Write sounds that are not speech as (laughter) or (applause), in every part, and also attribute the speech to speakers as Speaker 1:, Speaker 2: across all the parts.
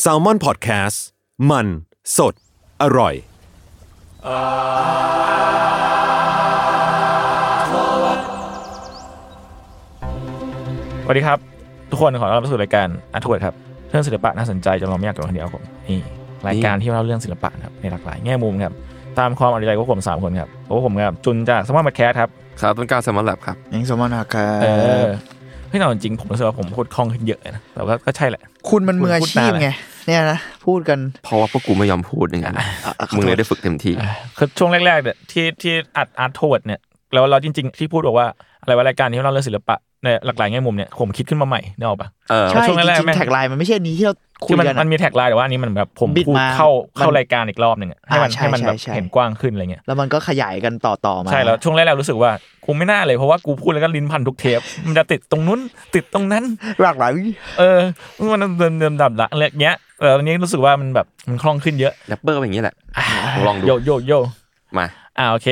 Speaker 1: แซลมอนพอดแคสต์มันสดอร่อย
Speaker 2: สวัสดีครับ ทุกคนขอต้อนรับเข้าสู่รายการอาร์ทเวิร์ดครับเรื่องศิลปะน่าสนใจจนเราไม่อยากอยู่คนเดียวครับผมนี่รายการที่เล่าเรื่องศิลปะนะครับในหลากหลายแง่มุมครับตามความเอาใจของผมสามคนครับโอ้ผมครับจุนจากสมาร์ทมาแคสครับ
Speaker 3: ครับต้นกล้าแซมมอนแลบครับ
Speaker 4: ยังสมอนหักครั
Speaker 2: เออบ เฮ้ยแต่เอาจริงผมรู้สึกว่าผมพูดคล่องขึ้นเยอะเลยนะแต่ว่าก็ใช่แหละ
Speaker 4: คุณมันมืออาชีพไง เนี่ยนะ พูดกัน
Speaker 3: เพราะว่าพวกกูไม่ยอมพูดอย่างนั้นมึงเลยได้ฝึกเต็มที่
Speaker 2: คือช่วงแรกๆเนี่ยที่ที่อัดอาร์ทเวิร์ดเนี่ยแล้วเราจริง ๆ ที่พูดบอกว่าอะไรว่ารายการที่เล่าเรื่องศิลปะในหลากหลายแง่มุมเนี่ยผมคิดขึ้นมาใหม่เนกอะปะ
Speaker 3: เออ
Speaker 4: ใช่
Speaker 2: ช่
Speaker 4: จ
Speaker 2: วงแรกๆ
Speaker 4: ริง
Speaker 2: แม่ง
Speaker 4: ๆแท็กไลน์มันไม่ใช่อันนี้ที่เราคุย
Speaker 2: ที่มัน
Speaker 4: กันอะ
Speaker 2: มันมีแท็กไลน์แต่ว่าอันนี้มันแบบผม
Speaker 4: บิด
Speaker 2: พูด
Speaker 4: มา
Speaker 2: เข้าเข้า
Speaker 4: มัน
Speaker 2: รายการอีกรอบหนึ่งอะให้มัน
Speaker 4: อ่าใช่
Speaker 2: ให้มันแบบ
Speaker 4: ใช่ใช่
Speaker 2: เห็นกว้างขึ้นอะไรเงี้ย
Speaker 4: แล้วมันก็ขยายกันต่อต่อๆมา
Speaker 2: ใช่แล้วช่วงแรกๆรู้สึกว่ากูไม่น่าเลยเพราะว่ากูพูดแล้วก็ลิ้นพันทุกเทป มันจะติดตรงนู้นติดตรงนั้น
Speaker 4: หลากหลาย
Speaker 2: เออมันเดินเดินดับละอะไรเงี้ยแต่ตอนนี้รู้สึกว่ามันแบบมันคล่องขึ้นเยอะ
Speaker 3: แรปเปอร์เป็นอย่างนี้แหละ ลองดู
Speaker 2: โยโยโย
Speaker 3: มา
Speaker 2: อ่าโอเค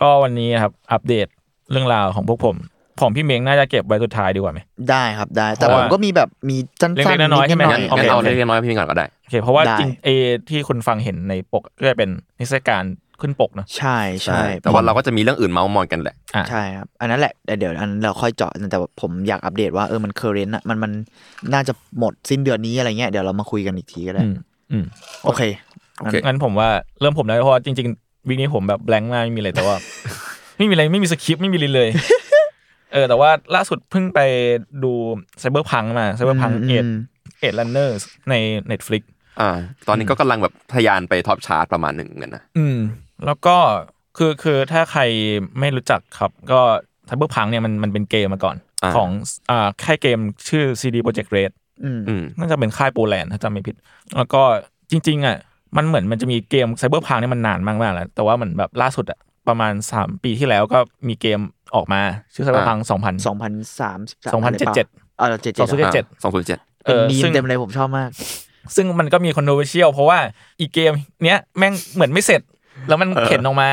Speaker 2: ก็วันนี้นะครับอัปเดตเรื่องราวของพวกผม ของพี่เม้งน่าจะเก็บไว้สุดท้ายดีกว่าไหม
Speaker 4: ได้ครับได้ แต่
Speaker 2: เพราะ
Speaker 4: ผม
Speaker 2: ว่า
Speaker 4: ก็มีแบบมีจัน
Speaker 2: เล็
Speaker 4: สั้น
Speaker 2: กๆน้อยๆใช่ไหม
Speaker 4: ด
Speaker 3: งั้นงั้นเอาเล็กๆน้อยๆพี่มิ้งก่อนก็ได้
Speaker 2: โอเคเพราะว่า
Speaker 4: ได้
Speaker 2: จริงเอที่คนฟังเห็นในปกก็จะเป็นนิทรรศการขึ้นปกเนอะ
Speaker 4: ใช่ใช่
Speaker 3: แต่ว่าเราก็จะมีเรื่องอื่นเมาส์มอยกันแหละ
Speaker 2: อ่ะ
Speaker 4: ใช่ครับ อันนั้นแหละแต่เดี๋ยวอันเราค่อยเจาะแต่ว่าผมอยากอัปเดตว่าเออมันเคอร์เรนต์อะมันมันน่าจะหมดสิ้นเดือนนี้อะไรเงี้ยเดี๋ยวเรามาคุยกันอีกทีก็ได้
Speaker 2: อืมอืม
Speaker 4: โอเค
Speaker 3: โอเค
Speaker 2: งั้นผมว่าเริ่มผมแล้วเพราะว่าจริงๆวิกนี้ผมแบบแบงค์มากไม่มีอะไรแต่ว่า (laughs) ไม่มีอะไรไม่มีสคริปต์ไม่มีเลยเลย (laughs) เออแต่ว่าล่าสุดเพิ่งไปดูไซเบอร์พังมาไซเบอร์พัง
Speaker 4: อืม
Speaker 2: เอ็ด
Speaker 4: อืม
Speaker 2: เอ็ดลันเนอร์ใน Netflix
Speaker 3: อ่า ตอนนี้ก็กำลังแบบทะยานไปท็อปชาร์ตประมาณหนึ่งกันนะ
Speaker 2: อืม แล้วก็คือคือถ้าใครไม่รู้จักครับ ก็ไซเบอร์พังเนี่ยมันมันเป็นเกมมาก่อน
Speaker 3: อ่า
Speaker 2: ของอ่าค่ายเกมชื่อ CD Projekt Red
Speaker 4: อืม
Speaker 3: อืม
Speaker 2: น่าจะเป็นค่ายโปแลนด์ถ้าจำไม่ผิด แล้วก็จริง ๆ อ่ะ มันเหมือนมันจะมีเกมไซเบอร์พังเนี่ยมันนานมากๆแล้ว แต่ว่าเหมือนแบบล่าสุดอ่ะประมาณ 3 ปีที่แล้วก็มีเกมออกมาชื่อไซเบอร์พังสองพัน
Speaker 4: สองพันสามสิบ
Speaker 2: สองพันเจ็ดเจ็ด
Speaker 4: เออเจ็ด
Speaker 2: ส
Speaker 4: เจ็
Speaker 2: องศู
Speaker 4: ด
Speaker 2: นย์เจ็ดเจ็ด
Speaker 3: สองศูนย์เจ็ด
Speaker 2: เอ
Speaker 4: เป็น
Speaker 2: อ
Speaker 4: มีม
Speaker 2: ซึ่ง
Speaker 4: เต็มเลยผมชอบมาก
Speaker 2: ซึ่งมันก็มีคอนโทรเวอร์เชียลเพราะว่าอีเกมเนี้ยแม่งเหมือนไม่เสร็จ แล้วมันเข็นออกมา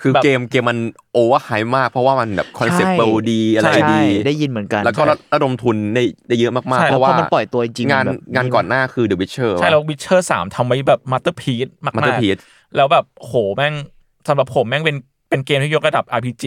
Speaker 3: คือ
Speaker 2: แบบ
Speaker 3: เกมเกมมันโอเวอร์ไฮมาก เพราะว่ามันแบบคอนเซปต์
Speaker 4: ใช่
Speaker 3: เบลดีอะไร
Speaker 4: ใช่
Speaker 3: ดี
Speaker 4: ได้ยินเหมือนกัน
Speaker 3: แล้วก็ระดมทุนได้ได้เยอะมาก
Speaker 2: ใช่
Speaker 3: ๆ เพ
Speaker 4: แล้ว
Speaker 3: ราะ
Speaker 4: พ
Speaker 3: ว่า
Speaker 4: อมันปล่อยตัวจริง
Speaker 3: งาน
Speaker 4: แบบ
Speaker 3: งานก่อนหน้าคือ The Witcher
Speaker 2: ใช่แล้ววิเชอร์สามทำไว้แบบมาสเตอร์พี e มาก
Speaker 3: มันจะ
Speaker 2: ๆ
Speaker 3: พีด
Speaker 2: แล้วแบบโหแม่งสำหรับผมแม่งเป็นเป็นเกมที่ยกระดับ RPG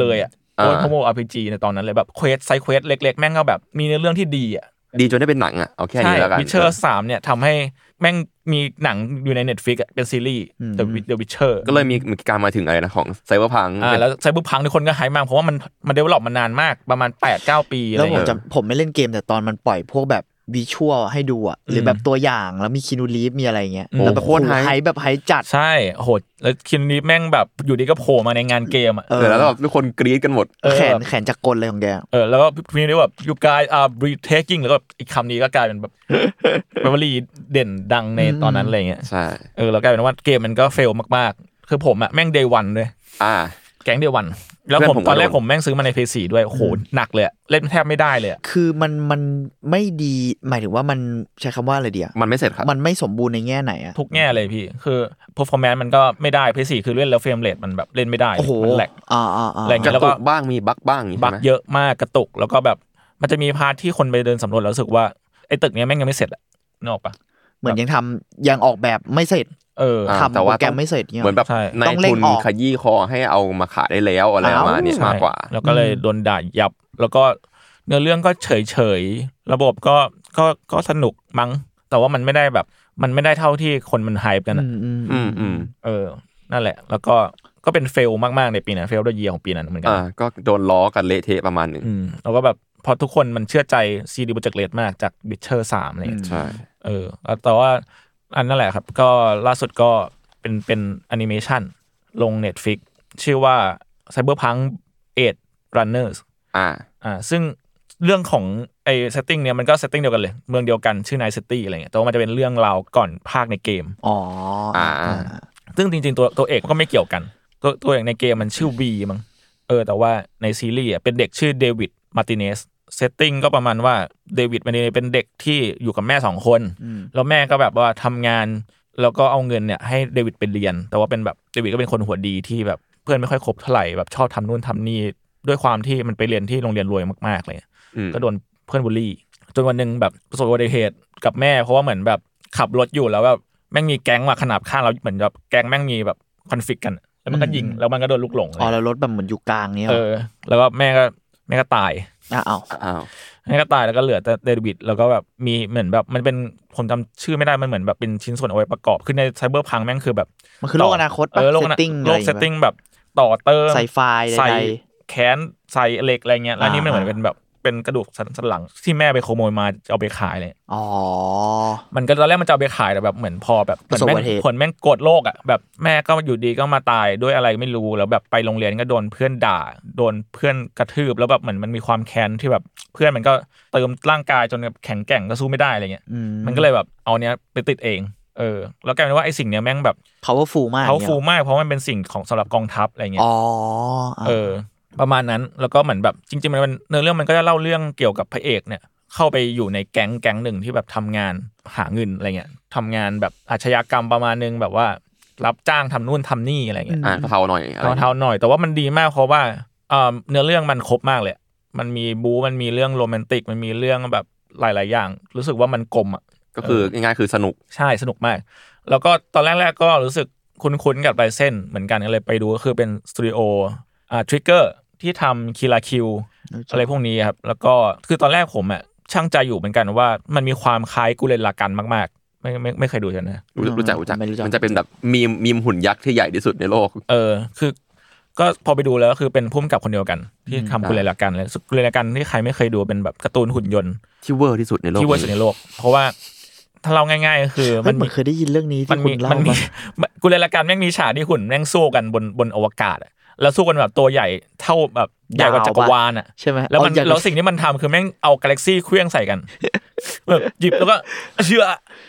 Speaker 2: เลยอ่ะโดยพโม RPG ในตอนนั้นเลยแบบเควสไซเควสเล็ก ๆ แม่งก็แบบมีในอเรื่องที่ดีอ่ะ
Speaker 3: ดีจนได้เป็นหนังอ่ะเอาแค่
Speaker 2: ใช่
Speaker 3: นี้แล้วกัน
Speaker 2: วิเชอร์สามเนี่ยทำให้แม่งมีหนังอยู่ใน Netflix อะเป็นซีรีส์ The
Speaker 4: อืม
Speaker 2: Wit- The Witcher
Speaker 3: ก็เลยมีมีการมาถึงอะไรนะของไซเบอร์พัง
Speaker 2: อ่าแล้วไซบูพังทุกคนก็หายมากเพราะว่ามันมันเดเวลลอปมานานมากประมาณ 8-9 ปีอะไร
Speaker 4: แล้วผม
Speaker 2: เงี้ย
Speaker 4: จำผมไม่เล่นเกมแต่ตอนมันปล่อยพวกแบบวิชวลให้ดูอะหรือแบบตัวอย่างแล้วมีคินูรีฟมีอะไรเงี้ย
Speaker 2: อืม
Speaker 4: แล้วแบบ
Speaker 3: โคตรไฮ
Speaker 4: ไฮแบบไฮจัด
Speaker 2: ใช่โหดแล้วคินนี้แม่งแบบอยู่ดีก็โผล่มาในงานเกมอ่ะ
Speaker 4: เอ
Speaker 3: เอ
Speaker 4: อ
Speaker 3: อแล้วก็แบบทุกคนกรี๊ดกันหมด
Speaker 2: เออ
Speaker 4: แขนแขนจักรกลเลยของแก
Speaker 2: เออแล้วก็พี่นี่แบบ you guys are breathtaking แล้วก็อีกคำนี้ก็กลายเป็นแบบ เป็นวลีเด่นดังในตอนนั้นอะไรเงี้ย
Speaker 3: ใช่
Speaker 2: เออแล้วกลายเป็นว่าเกมมันก็เฟลมากๆ คือผมอะแม่ง day one เลย
Speaker 3: อ่า
Speaker 2: แก๊ง day one แล้ว
Speaker 3: เพื่
Speaker 2: ผ
Speaker 3: อน
Speaker 2: ม
Speaker 3: ผมก็
Speaker 2: ตอนแรก
Speaker 3: โดน
Speaker 2: ผมแม่งซื้อมาใน PS4 ด้วยโอ้โหหนักเลยอะเล่นแทบไม่ได้เลยอะ
Speaker 4: คือมันมันไม่ดีหมายถึงว่ามันใช้คำว่าอะไรเดียว
Speaker 3: มันไม่เสร็จครับ
Speaker 4: มันไม่สมบูรณ์ในแง่ไหนอะ
Speaker 2: ทุกแง่เลยพี่ คือ performance มันก็ไม่ได้ PS4 คือเล่นแล้วเฟรมเรทมันแบบเล่นไม่ได้
Speaker 4: โอ้โห
Speaker 2: มันแหลก
Speaker 4: อ่าอ่าอ่า
Speaker 2: แรง
Speaker 3: ก
Speaker 2: แล้
Speaker 3: ระ
Speaker 2: วก็
Speaker 3: ตุกบ้างมีบั๊กบ้างอย่างงี้
Speaker 2: บัก
Speaker 3: ใช่ไหม
Speaker 2: เยอะมากกระตุกแล้วก็แบบมันจะมีพาร์ทที่คนไปเดินสำรวจแล้วรู้สึกว่าไอ้ตึกเนี้ยแม่งยังไม่เสร็จอะนึกออกปะ
Speaker 4: เหมือนยังทำยังออกแบบไม่เสร็จ
Speaker 2: เออ
Speaker 3: อ่า
Speaker 4: ทำโปรแกรมไม่เสร็จเนี่ย
Speaker 3: เหมือนแบบ
Speaker 2: ใช่
Speaker 3: ใน
Speaker 4: ต้องเร่
Speaker 3: ทุ
Speaker 4: ง
Speaker 3: น
Speaker 4: ออก
Speaker 3: ขยี้คอให้เอามาขายได้แล้วอะไรประมาณเนี้ย
Speaker 4: อ้าว
Speaker 3: มากกว่า
Speaker 2: แล้วก็เลยโดนด่ายับ แล้วก็เนื้อเรื่องก็เฉยเฉยๆระบบก็ ก็ก็สนุกมั้ง แต่ว่ามันไม่ได้แบบ มันไม่ได้เท่าที่คนมันไฮป์กันอะ
Speaker 4: อืมอืม
Speaker 3: อืมอืม
Speaker 2: เออ นั่นแหละ แล้วก็ก็เป็นเฟลมากๆในปีนั้นเฟลด้วยเยียของปีนั้นเหมือนกั
Speaker 3: อ่าก็โดนล้อกันเละเทะประมาณหนึ่ง
Speaker 2: อืมแล้วก็แบบพอทุกคนมันเชื่อใจซีดีโปรเจกต์เลดมากจากบิชเชอร์สามอะไรอย่างเงี้ย
Speaker 3: ใช่
Speaker 2: เออแล้วแต่ว่าอันนั่นแหละครับ ก็ล่าสุดก็เป็นเป็นแอนิเมชันลง Netflix ชื่อว่า Cyberpunk 8 Runners
Speaker 3: อ่า
Speaker 2: อ่าซึ่งเรื่องของไอ้เซตติ้งเนี่ยมันก็เซตติ้งเดียวกันเลย เมืองเดียวกันชื่อ Night City อะไรเงี้ยแต่ว่ามันจะเป็นเรื่องราวก่อนภาคในเกม
Speaker 4: อ๋ออ่า
Speaker 3: อ่า
Speaker 2: ซึ่งจริงๆ ตัวตัวเอกมันก็ไม่เกี่ยวกัน ตัวตัวเอกในเกมมันชื่อวีมั้งเออ แต่ว่าในซีรีส์อ่ะเป็นเด็กชื่อเดวิดมาร์ติเนสเซตติ้งก็ประมาณว่าเดวิดมาร์ติเนสเป็นเด็กที่อยู่กับแม่สองคน
Speaker 4: อืม
Speaker 2: แล้วแม่ก็แบบว่าทำงาน แล้วก็เอาเงินเนี่ยให้เดวิดไปเรียน แต่ว่าเป็นแบบเดวิดก็เป็นคนหัวดีที่แบบเพื่อนไม่ค่อยคบเท่าไหร่แบบชอบทำนู่นทำนี่ด้วยความที่มันไปเรียนที่โรงเรียนรวยมากๆเลย
Speaker 3: อืม
Speaker 2: ก็โดนเพื่อนบูลลี่ จนวันหนึ่งแบบประสบอุบัติเหตุกับแม่ เพราะว่าเหมือนแบบขับรถอยู่แล้วแบบแม่งมีแก๊งมาขนาบข้างเราเหมือนแบบแก๊งแม่งมีแบบคอนฟ lict กัน แล้วมันก็ยิง
Speaker 4: อืม
Speaker 2: แล้วมันก็โดนลูกหลง
Speaker 4: อ๋อแล้วรถแบบเหมือนอยู่กลางเนี้ย
Speaker 2: เออ แล้วก็แม่ก็แม่ก็ตาย
Speaker 4: อ่ะเอา
Speaker 3: อ้าว
Speaker 2: แม่ก็ตายแล้วก็เหลือแต่เดวิดแล้วก็แบบมีเหมือนแบบมันเป็นผมจำชื่อไม่ได้มันเหมือนแบบเป็นชิ้นส่วนเอาไว้ประกอบ ขึ้นในไซเบอร์พังแม่งคือแบบ
Speaker 4: มันคือโลกอนาคต
Speaker 2: เอ
Speaker 4: ปะ
Speaker 2: อโลกอ
Speaker 4: เซต
Speaker 2: นา
Speaker 4: ติ้ง
Speaker 2: โลกเซตติ้งแบบต่อเติม
Speaker 4: ไซไฟใด
Speaker 2: ใส่แขนใส่เหล็กอะไรเงี้ยแล้วอันนี่มัน
Speaker 4: อ่า
Speaker 2: เหมือนเป็นแบบเป็นกระดูกสันหลังที่แม่ไปขโมยมาจะเอาไปขายเลย
Speaker 4: ๆอ๋อ
Speaker 2: มันก็ตอนแรกมันจะเอาไปขายแต่แบบเหมือนพอแบบ
Speaker 4: ประสบอุบัติเหตุ
Speaker 2: ผลแม่งโกรธโลกอ่ะแบบแม่ก็อยู่ดีก็มาตายด้วยอะไรไม่รู้แล้วแบบไปโรงเรียนก็โดนเพื่อนด่า โดนเพื่อนกระทืบแล้วแบบเหมือนมันมีความแค้นที่แบบเพื่อนมันก็เติมร่างกายจนแบบแข็งแกร่งก็สู้ไม่ได้อะไรเงี้ย
Speaker 4: อื
Speaker 2: มันก็เลยแบบเอาเนี้ยไปติดเองเออแล้วกลายเป็นว่าไอ้สิ่งเนี้ยแม่งแบบ
Speaker 4: powerful มาก
Speaker 2: เขา
Speaker 4: นี่ย
Speaker 2: ฟูมากเพราะมันเป็นสิ่งของสำหรับกองทัพอะไรเงี้ย
Speaker 4: อ๋อ
Speaker 2: เออประมาณนั้นแล้วก็เหมือนแบบจริงๆมันเนื้อเรื่องมันก็จะเล่าเรื่องเกี่ยวกับพระเอกเนี่ย เข้าไปอยู่ในแก๊งแก๊งหนึ่งที่แบบทำงานหาเงินอะไรเงี้ยทำงานแบบอาชญากรรมประมาณนึงแบบว่ารับจ้างทำนู่นทำนี่อะไรเงี้ย
Speaker 3: อ่าเทาๆหน่อยอะไร
Speaker 2: เทาเทาหน่อยแต่ว่ามันดีมากเพราะว่าเอ่อเนื้อเรื่องมันครบมากเลย มันมีบู๊มันมีเรื่องโรแมนติกมันมีเรื่องแบบหลาย ๆ อย่าง รู้สึกว่ามันกลมอ่ะ
Speaker 3: ก็คือง่ายๆคือสนุก
Speaker 2: ใช่สนุกมาก แล้วก็ตอนแรก ๆ ก็รู้สึกคุ้นๆกับไรเส้นเหมือนกันก็เลยไปดูก็คือเป็นสตูดิโออ่าทริกเกอร์ที่ทำคิลาคิวอะไรพวกนี้ครับ แล้วก็คือตอนแรกผมอ่ะช่างใจอยู่เหมือนกันว่ามันมีความคล้ายกูเลนลากันมากๆ ไม่ไม่ไม่เคยดูใช่ไหม
Speaker 3: รู้รู้จักรู้จัก
Speaker 4: ไม่รู้จัก
Speaker 3: มันจะเป็นแบบมีมมีมหุ่นยักษ์ที่ใหญ่ที่สุดในโลก
Speaker 2: เออคือก็พอไปดูแล้วก็คือเป็นพุ่มกับคนเดียวกัน ที่ทำกุเลนลากันเลยกุเลนลากันที่ใครไม่เคยดูเป็นแบบการ์ตูนหุ่นยนต์
Speaker 3: ที่เวอร์ที่สุดในโลก
Speaker 2: ที่เวอร์ชันในโลก เพราะว่าถ้าเราง่ายๆก็คือ
Speaker 4: มั
Speaker 2: มัน น
Speaker 4: เหมื
Speaker 2: มี
Speaker 4: อนเคยได้ยินเรื่องนี้
Speaker 2: มัน
Speaker 4: ที่คุ
Speaker 2: มี
Speaker 4: ณเล่า
Speaker 2: มันมี
Speaker 4: มา (laughs)
Speaker 2: มันกุเลลการแม่งมีฉากที่หุ่นแม่งสู้กันบนบนอวกาศอะแล้วสู้กันแบบตัวใหญ่เท่าแบบใหญ่กว่าจักรวาลอ่ะ
Speaker 4: ใช่ไหม
Speaker 2: แล้วมัน
Speaker 4: เอาอย่าง
Speaker 2: แล้วสิ่งที่มันทำคือแม่งเอากาแล็กซี่เครื่องใส่
Speaker 4: (laughs)
Speaker 2: กันแบบหยิบแล้วก็เชื่อ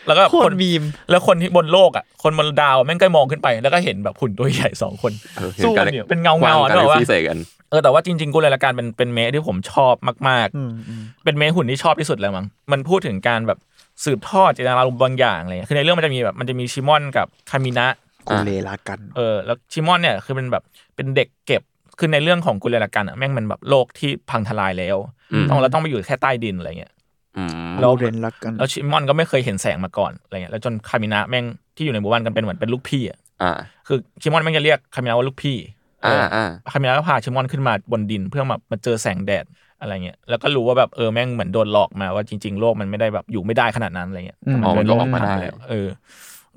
Speaker 2: แล้วก็
Speaker 4: โค
Speaker 2: คน น
Speaker 4: มีม
Speaker 2: แล้วคนที่บนโลกอ่ะคนบนดาวแม่งก็มองขึ้นไป แล้วก็เห็นแบบหุ่นตัวใหญ่สองคน
Speaker 3: เออ
Speaker 2: สู้กัน
Speaker 3: ห็
Speaker 2: เนี่ยเป็นเงาเงา
Speaker 3: คว
Speaker 2: อ่ะ
Speaker 3: มกา
Speaker 2: นึกออก
Speaker 3: ร
Speaker 2: ปะ
Speaker 3: ซีเสกัน
Speaker 2: เออแต่ว่าจริงๆกุเลลการเป็นเป็นเมะที่ผมชอบมากๆ เป็นเมะหุ่นที่ชอบที่สุดเลยมั้งมันพูดถึงการแบบสืบทอดเจตนารมณ์บางอย่างอะไรเงี้ยคือในเรื่องมันจะมีแบบมันจะมีชิมอนกับคามินะ
Speaker 4: กูเลลากัน
Speaker 2: เออแล้วชิมอนเนี่ยคือเป็นแบบเป็นเด็กเก็บคือในเรื่องของกุเลลกันอะแม่งมันแบบโลกที่พังทลายแล้ว
Speaker 3: อืม
Speaker 2: ต้องเราต้องไปอยู่แค่ใต้ดินอะไรเงี้ย
Speaker 3: อืม
Speaker 2: แล้ว
Speaker 4: เรนรักกัน
Speaker 2: แล้วชิมอนก็ไม่เคยเห็นแสงมาก่อนอะไรเงี้ยแล้วจนคามินะแม่งที่อยู่ในหมู่บ้านกันเป็นเหมือนเป็นลูกพี่อ่ะ
Speaker 3: อ่า
Speaker 2: คือชิมอนแม่งจะเรียกคามินะว่าลูกพี่เ
Speaker 3: อ่าอ่า
Speaker 2: คามินะก็พาชิมอนขึ้นมาบนดินเพื่อมามาเจอแสงแดดอะไรเงี้ยแล้วก็รู้ว่าแบบเออแม่งเหมือนโดนหลอกมาว่าจริง ๆ โลกมันไม่ได้แบบอยู่ไม่ได้ขนาดนั้นอะไรเงี้ย
Speaker 4: อืม
Speaker 2: แต่เป็
Speaker 3: อ๋อมันก็ออกมาได้
Speaker 2: โลที่พังทลยเออ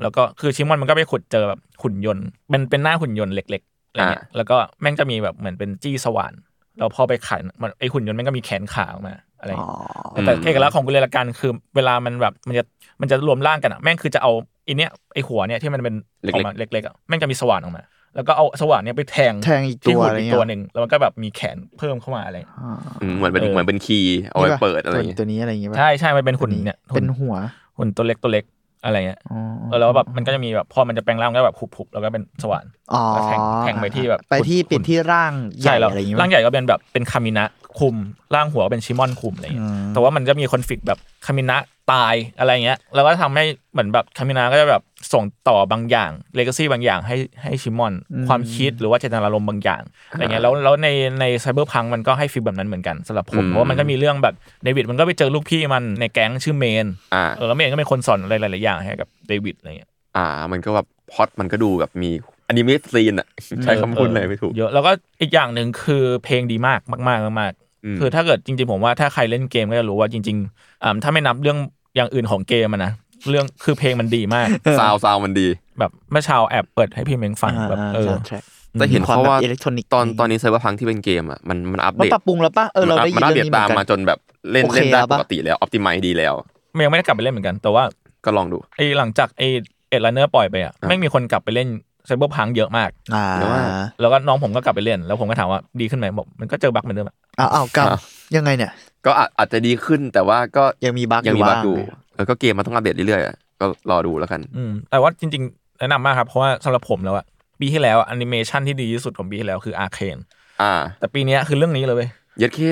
Speaker 2: แล้วก็คือชิมอนมันก็ไปขุดเจอแบบหุ่นยนต์เป็นเป็นหน้าหุ่นยนต์เล็กๆอะไรเงี้ยแล้วก็แม่งจะมีแบบเหมือนเป็นจี้สว่านแล้วพอไปขันมันไอหุ่นยนต์แม่งก็มีแขนขาออกมาอะไร
Speaker 4: อ๋อ
Speaker 2: เงี้ยแต่เอกลักษณ์ของกุเลลการคือ เวลามันแบบมันจะมันจะรวมร่างกันอะแม่งคือจะเอาไอเนี้ยไอหัวเนี่ยที่มันเป็นอ
Speaker 3: เล็
Speaker 2: ก
Speaker 3: ๆ
Speaker 2: อกมาเล็กๆอะแม่งจะมีสว่านออกมา แล้วก็เอาสว่านเนี่ยไปแทง
Speaker 4: แทงอีก
Speaker 2: ที่
Speaker 4: ตัว
Speaker 2: หุ่น
Speaker 4: อะไร
Speaker 2: อีก
Speaker 4: เงี้ย
Speaker 2: ตัวหนึ่งแล้วมันก็แบบมีแขนเพิ่มเข้ามาอะไร
Speaker 4: อ่า
Speaker 3: อืมเหมือนเป็น
Speaker 2: เออ
Speaker 3: เหมือนเป็นคีย์เอาไว้
Speaker 4: นี่ปะ
Speaker 3: เปิดอะไรอย่างเงี้ย
Speaker 4: ตัวนี้อะไรอย่างเงี้ยปะ
Speaker 2: ใช่ใช่มันเป็นหุ่นเนี่ย
Speaker 4: เป็น
Speaker 2: หุ่
Speaker 4: หัว
Speaker 2: หุ่นตัวเล็กตัวเล็กอะไรเงี้ย
Speaker 4: อ๋อ
Speaker 2: เออแล้วแบบมันก็จะมีแบบพอมันจะแปลงร่างก็แบบผุบๆแล้วก็เป็นสว่าน
Speaker 4: อ๋อ
Speaker 2: แทงแทงไปที่แบบ
Speaker 4: ไปที่
Speaker 2: หุ่น
Speaker 4: ปิดที่ร่างใหญ่
Speaker 2: ใช่แล้ว
Speaker 4: อะไรอย่างเงี้ย
Speaker 2: ร่างใหญ่ก็เป็นแบบเป็นคามินะคุมร่างหัวเป็นชิมอนคุมอะไรอย่างเงี้ยแต่ว่ามันจะมีคอนฟ lict แบบคามินะตายอะไรอย่างเงี้ยแล้วก็ทำให้เหมือนแบบคามินะก็จะแบบส่งต่อบางอย่างเลกาซีบางอย่างให้ให้ชิมอน ความคิดหรือว่าเจตนารมณ์บางอย่างอะไรเงี้ยแล้วแล้วในในไซเบอร์พังมันก็ให้ฟีลแบบนั้นเหมือนกันสำหรับผมเพราะว่ามันก็มีเรื่องแบบเดวิดมันก็ไปเจอลูกพี่มันในแก๊งชื่อเมน
Speaker 3: อ่า
Speaker 2: เออแล้วเมนก็เป็นคนสอนอะไรหลายๆอย่างให้กับเดวิดอะไรเงี้ย
Speaker 3: อ่า มันก็แบบพล็อตมันก็ดูแบบมีอนิเมะซีนอ่ะ ใช้คำพูดเลยไม่ถูก
Speaker 2: เยอะแล้วก็อีกอย่างหนึ่งคือเพลงดีมากมากๆมากๆ
Speaker 3: อืม
Speaker 2: คือถ้าเกิดจริงๆผมว่าถ้าใครเล่นเกมก็จะรู้ว่าจริงๆอ่าถ้าไม่นับเรื่องอย่างอื่นของเกมอะนะเรื่องคือเพลงมันดีมาก (laughs)
Speaker 3: ซาวซาวมันดี
Speaker 2: แบบเมื่อเช้าแอบเปิดให้พี่เม้งฟังแบบเออ
Speaker 4: soundtrack
Speaker 3: แต่เห็น
Speaker 4: ความ
Speaker 3: เขาว่า
Speaker 4: แบบ electronic
Speaker 3: ตอนตอนนี้เซิร์ฟเวอร์พังที่เป็นเกมอ่ะมันมันอัป
Speaker 4: มัน
Speaker 3: เดต
Speaker 4: ปรับปรุงแล้วปะเออเราได้ยิ
Speaker 3: มัน นอัปเด
Speaker 4: เรื่
Speaker 3: ต
Speaker 4: องนี้
Speaker 3: ตาม
Speaker 4: เหมือนกั
Speaker 3: มาน จนแบบเล่น
Speaker 4: โอเค
Speaker 3: เล่นได้
Speaker 4: แล้ว
Speaker 3: ป
Speaker 4: ปะ
Speaker 3: กติแล้วออ t ติไมดีแล้ว
Speaker 2: มันยังไม่ได้กลับไปเล่นเหมือนกัน แต่ว่า
Speaker 3: ก็ลองดู
Speaker 2: ไอ้หลังจากไอ้เอ็ดลันเนอร์ปล่อยไปอ่ะไม่งมีคนกลับไปเล่นไซเบอร์พังเยอะมาก
Speaker 4: อ่า
Speaker 3: แต่ว่า
Speaker 2: แล้วก็น้องผมก็กลับไปเล่น แล้วผมก็ถามว่าดีขึ้นไหมบอกมันก็เจอบั๊กเหมือนเดิมอะ
Speaker 4: อ้าวอ้าวกรรม
Speaker 3: อ่ะ
Speaker 4: ยังไงเนี่ย
Speaker 3: ก็อาจอาจจะดีขึ้นแต่ว่าก็
Speaker 4: ยังมีบั๊ก
Speaker 3: ยังมี
Speaker 4: อยู่
Speaker 3: บั๊กอยู่
Speaker 4: บ้าง
Speaker 3: แล้วก็เกมมันต้องอัปเดตเรื่อยๆอะก็รอดูแล้วกัน
Speaker 2: อืมแต่ว่าจริงๆ แนะนำมากครับ เพราะว่าสำหรับผมแล้วอะปีที่แล้วแอนิเมชันที่ดีที่สุดของปีที่แล้วคืออาร์เคน
Speaker 3: อ่า
Speaker 2: แต่ปีเนี้ยคือเรื่องนี้เลยเว้ย
Speaker 3: เย็ดแค่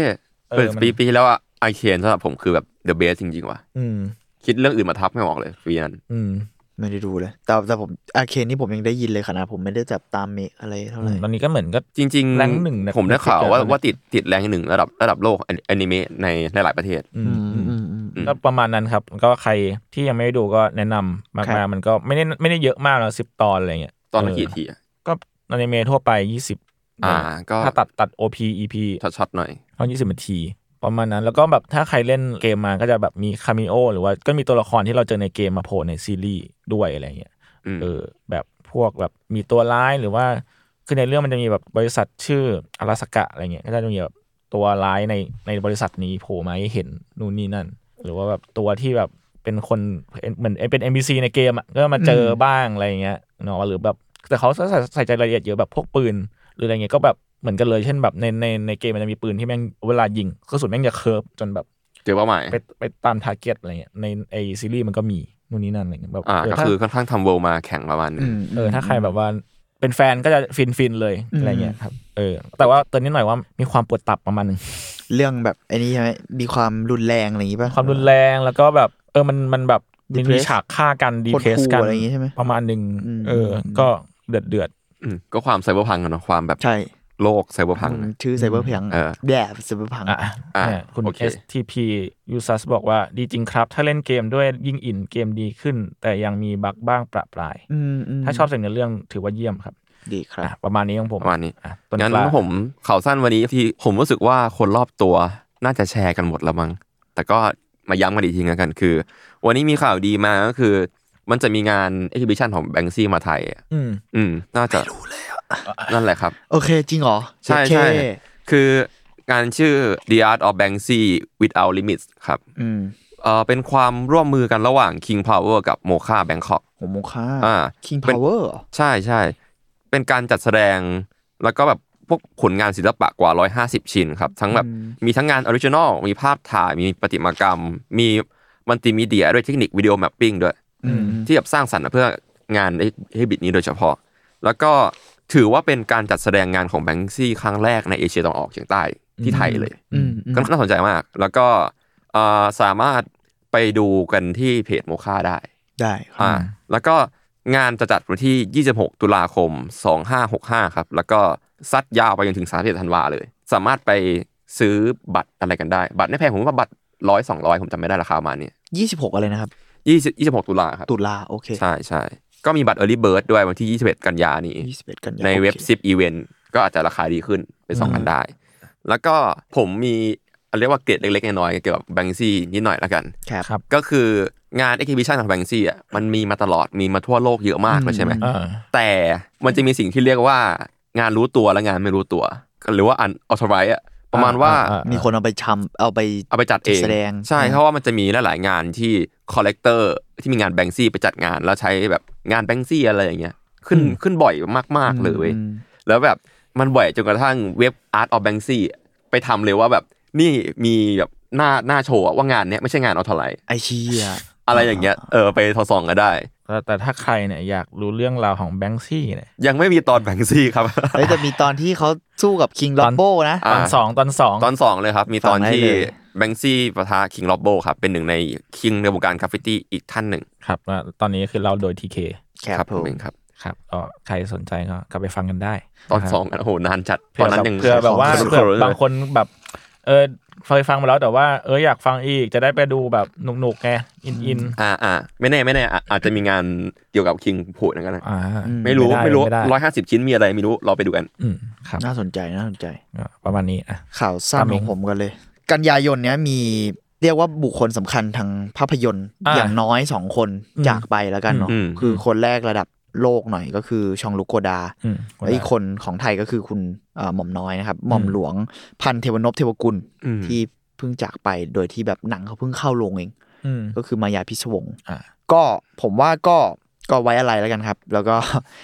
Speaker 2: เออ
Speaker 3: เปิด
Speaker 2: มัน
Speaker 3: ปีปีที่แล้วอะไอเคนสำหรับผมคือแบบเดอะเบสจริงๆว่ะ
Speaker 2: อืม
Speaker 3: คิดเรื่องอื่นมาทับไม่ออกเลยปีนั้น
Speaker 2: อืม
Speaker 4: ไม่ได้ดูเลย แต่แต่ผมอาเคนนี่ผมยังได้ยินเลยขนาดผมไม่ได้จับตามเมะอะไรเท่าไหร่
Speaker 2: ตอนนี้ก็เหมือนก็
Speaker 3: จริง
Speaker 2: แรงค์หนึ่งนะ
Speaker 3: ผมได้ข่าวว่า
Speaker 2: ใน Netflix
Speaker 3: ว่าติดติดแรงค์หนึ่งระดับระดับโลกแอนิเมะในหลายๆประเทศ
Speaker 2: อื
Speaker 4: อื
Speaker 2: ม
Speaker 4: ม
Speaker 2: อืม
Speaker 4: อืมอืม
Speaker 3: อืม
Speaker 2: ก็ประมาณนั้นครับก็ใครที่ยังไม่ได้ดูก็แนะนำมา
Speaker 4: ครั
Speaker 2: ก
Speaker 4: บ
Speaker 2: ๆมันก็ไม่ได้ไม่ได้เยอะมากแล้วสิบตอนอะไรเงี้ย
Speaker 3: ตอนละ
Speaker 2: เ
Speaker 3: กี่ทีอะ
Speaker 2: ก็อนิเมะทั่วไปยี่สิบ
Speaker 3: อ่า ก็
Speaker 2: ถ้าตัดตัด OP EP
Speaker 3: ช็อตๆหน่อย
Speaker 2: เอายี่สิบนาที ประมาณนั้นแล้วก็แบบถ้าใครเล่นเกมมาก็จะแบบมีคาเมโอหรือว่าก็มีตัวละครที่เราเจอในเกมมาโผล่ในซีรีส์ด้วยอะไรเงี้ย
Speaker 3: อืม
Speaker 2: เออแบบพวกแบบมีตัวร้ายหรือว่าคือในเรื่องมันจะมีแบบบริษัทชื่ออาราสกะอะไรเงี้ยก็จะมีแบบตัวร้ายในในบริษัทนี้โผล่มาให้เห็นนู่นนี่นั่น หรือว่าแบบตัวที่แบบเป็นคนเหมือนเป็น NPC ในเกมอ่ะก็มาเจออบ้างอะไรเงี้ยเนาะหรือแบบแต่เขาใส่ใส่ใจรายละเอียดเยอะแบบพวกปืน หรืออะไรเงี้ยก็แบบเหมือนกันเลยเช่นแบบในในในเกมมันจะมีปืนที่แม่งเวลายิงกระสุนแม่งจะเคิร์ฟจนแบบ
Speaker 3: เจอเป้าหมาย
Speaker 2: ไปไปตามทาร์เก็ตอะไรเงี้ยในไอซีรีส์มันก็มีนู่นนี่นั่นอะไรเงี้ยแบบ
Speaker 3: อ่า
Speaker 2: เออ
Speaker 3: ก็
Speaker 2: ถ้า
Speaker 3: คือค่อนข้างทำเวลมาแข่งประมาณหนึง
Speaker 2: เออถ้าใครแบบว่าเป็นแฟนก็จะฟินฟินๆเลย
Speaker 4: อืม
Speaker 2: อะไรเงี้ยครับเออแต่ว่าตัวนี้หน่อยว่ามีความปวดตับประมาณหนึง
Speaker 4: เรื่องแบบไอ้นี่ใช่ไหมมีความรุนแรงอะไรอย่างงี้ป่ะ
Speaker 2: ความรุนแรงแล้วก็แบบเออมันมันแบบมันมี
Speaker 4: Depress
Speaker 2: ฉากฆ่ากันดีเพส
Speaker 4: โคตรคูล
Speaker 2: กัน
Speaker 4: อะไรอย่างงี้ใช่ไหม
Speaker 2: ประมาณหนึ่ง
Speaker 4: อืม
Speaker 2: เออ ก็เดือดเดือด
Speaker 3: อืมก็ความไซเบอร์พังกันเนาะความแบบ
Speaker 4: ใช่
Speaker 3: โลกไซเบอร์พัง
Speaker 4: ผมชื่อไซเบอร์พัง
Speaker 3: เออ
Speaker 4: แบบไซเบอร์พัง
Speaker 2: ๆอ่ะ
Speaker 3: อ่ะ
Speaker 2: เนี่ยคุณ
Speaker 3: โอเค
Speaker 2: STP Users บอกว่าดีจริงครับ ถ้าเล่นเกมด้วยยิ่งอินเกมดีขึ้น แต่ยังมีบั๊กบ้างประปราย
Speaker 4: อืมม
Speaker 2: ถ้าชอบเสียงในอเรื่องถือว่าเยี่ยมครับ
Speaker 4: ดีครับ
Speaker 2: อ่ะประมาณนี้ของผม
Speaker 3: ประมาณนี้
Speaker 2: อ่ะต้น
Speaker 3: งั้น
Speaker 2: กล้า
Speaker 3: ผมข่าวสั้นวันนี้ที่ผมรู้สึกว่าคนรอบตัวน่าจะแชร์กันหมดละมั้งแต่ก็มาย้ำกันอีกทีแล้วกันคือ วันนี้มีข่าวดีมาก็คือ มันจะมีงานเอ็กซิบิชันของแบงซี่มาไทยอ่ะ
Speaker 2: อืม
Speaker 3: อืม น่าจะนั่นแหละครับ
Speaker 4: โอเคจริงเหรอ
Speaker 3: ใช่
Speaker 4: โอเค
Speaker 3: ใช่คืองานชื่อ The Art of Banksy Without Limits ครับ
Speaker 4: อืม
Speaker 3: เออเป็นความร่วมมือกันระหว่าง King Power กับ Mocha Bangkok
Speaker 4: ผมโมค่า
Speaker 3: อ่า
Speaker 4: King
Speaker 3: เป็น
Speaker 4: Power เหรอ
Speaker 3: ใช่ใช่ เป็นการจัดแสดงแล้วก็แบบพวกผลงานศิลปะกว่า 150 ชิ้นครับ ทั้งแบบมีทั้งงานออริจินอล มีภาพถ่าย มีประติมากรรม มีมัลติมีเดียด้วยเทคนิควิดีโอแมปปิ้งด้วย
Speaker 4: อืม
Speaker 3: ที่แบบสร้างสรรค์มาเพื่องานเฮบิตนี้โดยเฉพาะ แล้วก็ถือว่าเป็นการจัดแสดงงานของแบงค์ซี่ครั้งแรกในเอเชียตะวันออกเฉียงใต้ที่ไทยเลย
Speaker 4: อืมอืม
Speaker 3: ก็น่าสนใจมาก แล้วก็เอ่อสามารถไปดูกันที่เพจโมค่าได้
Speaker 4: ได้ครับ
Speaker 3: อ่าแล้วก็งานจะจัดวันที่ 26 ตุลาคม 2565 ครับ แล้วก็ซัดยาวไปจนถึง31ธันวาเลย สามารถไปซื้อบัตรอะไรกันได้ บัตรไม่แพงผมว่าบัตรร้อยสองร้อยผมจำไม่ได้ราคาประมาณนี้
Speaker 4: ยี่สิบหกอะไรนะครับ
Speaker 3: ยี่สิบยี่สิบหกตุลาครับ
Speaker 4: ตุลาโอเค
Speaker 3: ใช่ใช่ก็มีบัตร Early Bird ด้วยวันที่ 21 กันยานี้
Speaker 4: ยี่สิบเอ็ดกันยา
Speaker 3: ในเว็บ
Speaker 4: โอค
Speaker 3: ซิปอีเวนต์ก็อาจจะราคาดีขึ้นเป็นสองอันได้ แล้วก็ผมมีเรียกว่าเกรดเล็กๆน้อยๆเกี่ยวกับแบงซี่นิดหน่อยละกัน
Speaker 4: ครับ
Speaker 2: ครับ
Speaker 3: ก็คืองาน exhibition ของแบงซี่อ่ะมันมีมาตลอดมีมาทั่วโลกเยอะมากเลยใช่ไหม
Speaker 2: อ่า
Speaker 3: แต่มันจะมีสิ่งที่เรียกว่างานรู้ตัวและงานไม่รู้ตัว หรือว่าอันออทไรอ่ะประมาณว่า
Speaker 2: อ่
Speaker 4: มีคนเอาไปชำเอาไป
Speaker 3: เอาไปจัดเอง
Speaker 4: จัดแสดง
Speaker 3: ใช่เพราะว่ามันจะมีหลายๆงานที่ collector ที่มีงานแบงซี่ไปจัดงานแล้วใช้แบบงานแบงซี่อะไรอย่างเงี้ยขึ้นขึ้นบ่อยมากๆเลยเว้ย
Speaker 4: อืม
Speaker 3: แล้วแบบมันบ่อยจนกระทั่งเว็บ Art of Banksy ไปทำเลยว่าแบบนี่มีแบบหน้าหน้าโชว์อะว่างานเนี้ยไม่ใช่งานออทไลท์
Speaker 4: ไอเชีย
Speaker 3: อะไรอย่างเงี้ยเออไปทดสองกันได้
Speaker 2: แต่แต่ถ้าใครเนี่ยอยากรู้เรื่องราวของแบงค์ซี่เนี่ย
Speaker 3: ยังไม่มีตอนแบงซี่ครับ
Speaker 4: เฮ้ยแต่มีตอนที่เขาสู้กับคิงล
Speaker 2: ต
Speaker 4: อ
Speaker 2: อน
Speaker 4: บโบนะ
Speaker 2: ตอนสองตอนสอง
Speaker 3: ตอนสองเลยครับ มีตอน
Speaker 4: ฟังได้
Speaker 3: ที่
Speaker 4: เลย
Speaker 3: แบงซี่ปะทะคิงล็อบโบครับ เป็นหนึ่งในคิงในวงการคาเฟ่ตี้อีกท่านหนึ่ง
Speaker 2: ครับแล้วตอนนี้คือเราโดยทีเค
Speaker 4: ครับผม
Speaker 3: เองครับ
Speaker 2: ครับก็ใครสนใจก็กลับไปฟังกันได้
Speaker 3: ตอนะ
Speaker 2: ฮะ
Speaker 3: สองอะโอ้โหนานจัดต
Speaker 2: เผื่
Speaker 3: อน
Speaker 2: อ
Speaker 3: นั้น
Speaker 2: แบบ
Speaker 3: ยัง
Speaker 2: เผื่อแบบว่า
Speaker 3: ขยขง
Speaker 2: เผื่อบางคนแบบ เออ เคยฟังมาแล้วแต่ว่าเอออยากฟังอีกจะได้ไปดูแบบหนุกๆไงอินอิน
Speaker 3: อ่าอ่าไม่แน่ไม่แน่อ่ะอาจจะมีงานเกี่ยวกับคิงโผล่นั่นก็ได้
Speaker 2: อ่า
Speaker 4: อืม
Speaker 3: ไม่รู้
Speaker 2: ไม่
Speaker 3: ไม่
Speaker 2: ได้
Speaker 3: รู้
Speaker 2: ไม่ได้
Speaker 3: ร้อยห้าสิบชิ้นมีอะไรไม่รู้เราไปดูกัน
Speaker 2: อืมครับ
Speaker 4: น่าสนใจน่าสนใจ
Speaker 2: ก็ประมาณนี้อ่ะ
Speaker 4: ข่าวสั้น
Speaker 2: ครับ
Speaker 4: ข
Speaker 2: ผ
Speaker 4: อ
Speaker 2: ม
Speaker 4: งผมกันเลย กันยายนเนี้ยมีเรียกว่าบุคคลสำคัญทางภาพยนตร์
Speaker 2: อ่า
Speaker 4: อย่างน้อยสองคน
Speaker 2: อืม
Speaker 4: จากไปแล้วกันเนาะ
Speaker 3: อืม
Speaker 4: คือคนแรกระดับโลกหน่อยก็คือชองลุกโกดา
Speaker 2: อืม
Speaker 4: และอีกคนของไทยก็คือคุณเอ่อหม่อมน้อยนะครับ หม่อมหลวงพันเทวนพเทวกุล
Speaker 3: อืม
Speaker 4: ที่เพิ่งจากไปโดยที่แบบหนังเขาเพิ่งเข้าโรงเอง
Speaker 2: อืม
Speaker 4: ก็คือมายาพิศวง
Speaker 2: อ่า
Speaker 4: ก็ผมว่าก็ก็ไว้อะไรแล้วกันครับ แล้วก็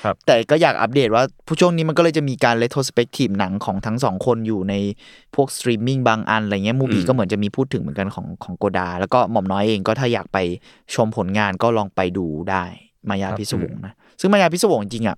Speaker 2: ครับ
Speaker 4: แต่ก็อยากอัปเดตว่าผู้ช่วงนี้มันก็เลยจะมีการ retrospective หนังของทั้งสองคนอยู่ในพวก streaming บางอันอะไรเงี้ยมูบี
Speaker 3: อืม
Speaker 4: ก็เหมือนจะมีพูดถึงเหมือนกันของของโกดา แล้วก็หม่อมน้อยเองก็ถ้าอยากไปชมผลงานก็ลองไปดูได้ มายาพิศวงนะ ซึ่งมายาพิศวงจริงๆอ่ะ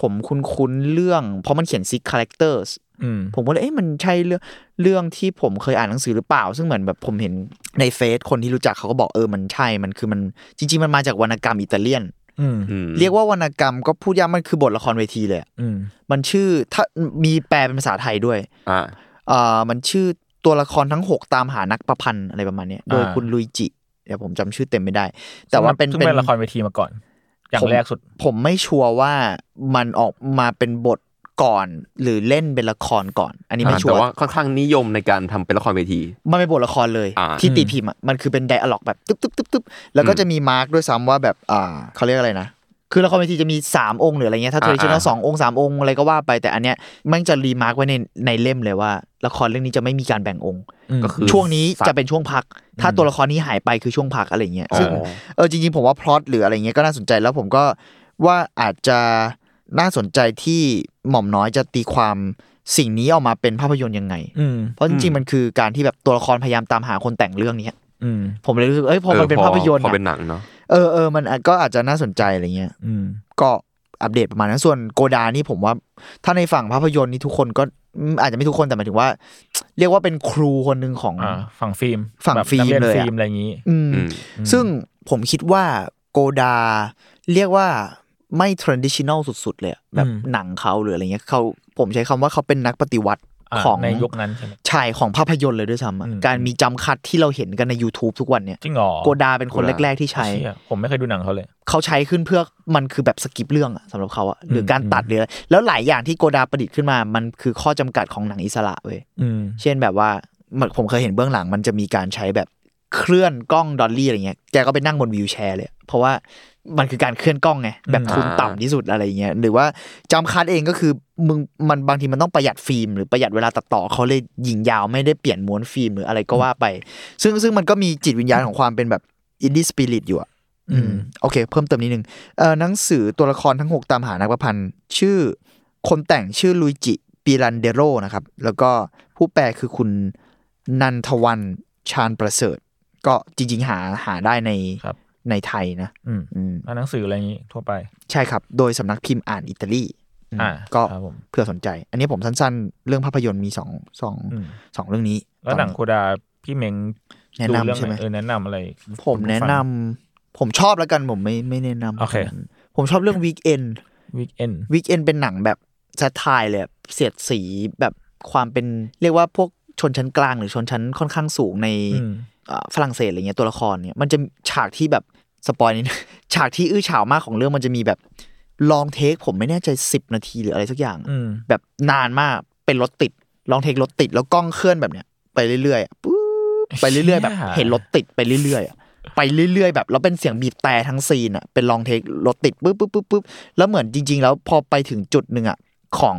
Speaker 4: ผมคุ้นๆเรื่องเพราะมันเขียน six characters
Speaker 2: อืม
Speaker 4: ผมก็เลยเอ๊ะมันใช่เรื่องเรื่องที่ผมเคยอ่านหนังสือหรือเปล่า ซึ่งเหมือนแบบผมเห็นในเฟซคนที่รู้จักเขาก็บอกเออมันใช่มันคือมันจริง ๆ มันมาจากวรรณกรรมอิตาเลียน
Speaker 2: อืม
Speaker 3: อืม
Speaker 4: เรียกว่าวรรณกรรมก็พูดยากมันคือบทละครเวทีเลยอะ
Speaker 2: อืม
Speaker 4: มันชื่อถ้ามีแปลเป็นภาษาไทยด้วย
Speaker 3: อ่า
Speaker 4: เอ่อมันชื่อตัวละครทั้งหกตามหานักประพันธ์อะไรประมาณเนี้ยโดยคุณลุยจิเดี๋ยวผมจำชื่อเต็มไม่ได้ แต่ว่าเป็น
Speaker 2: ซึ่งเป็นละครเวทีมาก่อน อย่าง
Speaker 4: ผม
Speaker 2: แรกสุด
Speaker 4: ผมไม่ชัวร์ว่ามันออกมาเป็นบทก่อน หรือเล่นเป็นละครก่อน อันนี้ไม่ชัว
Speaker 3: แต่
Speaker 4: ร์
Speaker 3: ว่าค่อนข้างนิยมในการทำเป็นละครเวที
Speaker 4: มันเป็นบทละครเลย
Speaker 3: อ่า
Speaker 4: ที่ตีพิมพ์อ่ะมันคือเป็นไดอะล็อกแบบตึ๊บตึ๊บตึ๊บตึ๊บแล้วก็จะมีมาร์กด้วยซ้ำว่าแบบอ่าเขาเรียกอะไรนะ คือละครเวทีจะมี 3 องค์หรืออะไรเงี้ยถ้าทรดิชันแนลสององค์สามองค์อะไรก็ว่าไปแต่อันเนี้ยมันจะรีมาร์กไว้ในในเล่มเลยว่า ละครเรื่องนี้จะไม่มีการแบ่งองค์
Speaker 3: ก็คือ
Speaker 4: ช่วงนี้
Speaker 3: สัต
Speaker 4: จะเป็นช่วงพัก ถ้าตัวละครนี้หายไปคือช่วงพักอะไรเงี้ยซึ่ง
Speaker 3: อ๋อ
Speaker 4: เออจริงๆผมว่าพล็อตหรืออะไรเงี้ยก็น่าสนใจแล้วผมก็ว่าอาจจะน่าสนใจที่หม่อมน้อยจะตีความสิ่งนี้ออกมาเป็นภาพยนตร์ยังไง
Speaker 2: อืม
Speaker 4: เพราะจริ
Speaker 3: อืม
Speaker 4: งๆมันคือการที่แบบตัวละครพยายามตามหาคนแต่งเรื่องเนี้ย
Speaker 2: อืม
Speaker 4: ผมเลยรู้สึกเอ้ยพอมันเป็น
Speaker 3: ออ
Speaker 4: ภาพยนตร์
Speaker 3: พอเป็น
Speaker 4: อะ
Speaker 3: หนังเนาะ
Speaker 4: เออเออมันก็อาจจะน่าสนใจอะไรเงี้ย
Speaker 2: อืม
Speaker 4: ก็อัปเดตประมาณนั้นส่วนโกดานี่ผมว่า ถ้าในฝั่งภาพยนตร์นี่ทุกคนก็อืมอาจจะไม่ทุกคนแต่หมายถึงว่า เรียกว่าเป็นครูคนหนึ่งของ
Speaker 2: อ่าฝั่งฟิล์ม
Speaker 4: ฝั่ง
Speaker 2: แบบ
Speaker 4: ฟิล์ม
Speaker 2: นักน
Speaker 4: เลยอะ
Speaker 2: ฟิล์มอะไรอย่างนี้
Speaker 4: อืม
Speaker 3: อืม
Speaker 4: ซึ่งผมคิดว่าโกดา เรียกว่าไม่ traditional สุดๆ เลยอะแบบ
Speaker 2: อืม
Speaker 4: หนังเขาหรืออะไรเงี้ยเขาผมใช้คำว่าเขาเป็นนักปฏิวัติ
Speaker 2: อ่า
Speaker 4: ของ
Speaker 2: ในยุคนั้นใช่ไหม
Speaker 4: ชายของภาพยนตร์เลยด้วยซ้ำอะ
Speaker 2: อืม
Speaker 4: การมีจำคัดที่เราเห็นกันใน YouTube ทุกวันเนี่ย
Speaker 2: จริงเหรอ
Speaker 4: โกดาเป็นคน
Speaker 3: โกดา
Speaker 4: แรก ๆ ที่ใช้
Speaker 2: เชี่ยผมไม่เคยดูหนังเขาเลย
Speaker 4: เขาใช้ขึ้นเพื่อมันคือแบบสกิปเรื่องอะสำหรับเขาอะหรืออ
Speaker 2: ม
Speaker 4: การตัดหรืออะไรแล้วหลายอย่างที่โกดาประดิษฐ์ขึ้นมา มันคือข้อจำกัดของหนังอิสระเว้ย
Speaker 2: อืม
Speaker 4: เช่นแบบว่ามันผมเคยเห็นเบื้องหลังมันจะมีการใช้แบบเคลื่อนกล้องดอลลี่อะไรเงี้ยแกก็ไปนั่งบนวีลแชร์เลย เพราะว่ามันคือการเคลื่อนกล้องไงแบบทุน
Speaker 3: อ่า
Speaker 4: ต่ำที่สุดอะไรเงี้ยหรือว่าจำคัดเองก็คือมึงมันบางทีมันต้องประหยัดฟิล์มหรือประหยัดเวลาตัดต่อเขาเลยยิงยาวไม่ได้เปลี่ยนม้วนฟิล์มหรืออะไรก็ว่าไป ซึ่งซึ่งมันก็มีจิตวิญญาณของความเป็นแบบอินดี้สปิริตอยู่อะ
Speaker 2: อืม
Speaker 4: อืมโอเค เพิ่มเติมนิดนึงเอ่อหนังสือตัวละครทั้งหกตามหานักประพันธ์ชื่อ คนแต่งชื่อลุยจิปิรันเดโรนะครับ แล้วก็ผู้แปลคือคุณนันทวันชาญประเสริฐ ก็จริงๆหาหาได้ใน
Speaker 2: ครับ
Speaker 4: ในไทยนะ
Speaker 2: อืม
Speaker 4: อืม
Speaker 2: อ่านหนังสืออะไรอย่างนี้ทั่วไป
Speaker 4: ใช่ครับ โดยสำนักพิมพ์อ่านอิตาลีม
Speaker 2: อ่า
Speaker 4: ก็
Speaker 2: ครับผม
Speaker 4: เพื่อสนใจ อันนี้ผมสั้นๆ เรื่องภาพยนตร์มีสองสอง
Speaker 2: อืม
Speaker 4: สองเรื่องนี้
Speaker 2: แล้วหนัง
Speaker 4: ต
Speaker 2: โก
Speaker 4: อน
Speaker 2: ดาพี่เม้ง
Speaker 4: แนะ
Speaker 2: ดู
Speaker 4: นำ
Speaker 2: เรื่อง
Speaker 4: ใช่ไหม
Speaker 2: นเออแนะนำอะไร
Speaker 4: นี้ผมแนะนำผมชอบแล้วกันผมไม่ไม่แนะนำ
Speaker 2: โอเค
Speaker 4: ผมชอบเรื่องวีคเอน
Speaker 2: วีคเอน
Speaker 4: วิกเอนเป็นหนังแบบแซทไทายเลยอะเสียดสีแบบความเป็นเรียกว่าพวกชนชั้นกลางหรือชนชั้นค่อนข้างสูงในเอ่อฝรั่งเศสอะไรเงี้ยตัวละครเนี่ยมันจะฉากที่แบบสปอยนิดนึง (laughs) ฉากที่อื้อฉาวมากของเรื่องมันจะมีแบบลองเทคผมไม่แน่ใจสิบนาทีหรืออะไรสักอย่างอะ
Speaker 2: อืม
Speaker 4: แบบนานมากเป็นรถติด ลองเทครถติดแล้วกล้องเคลื่อนแบบเนี้ยไปเรื่อยๆอะปุ๊บไปเรื่อยๆแบบ
Speaker 2: เชี่ย
Speaker 4: เห็นรถติดไปเรื่อยๆอะไปเรื่อยๆแบบแล้วเป็นเสียงบีบแต่ทั้งซีนอ่ะเป็นลองเทครถติดปุ๊บปุ๊บปุ๊บปุ๊บ แล้วเหมือนจริง ๆ แล้วพอไปถึงจุดหนึ่งอะของ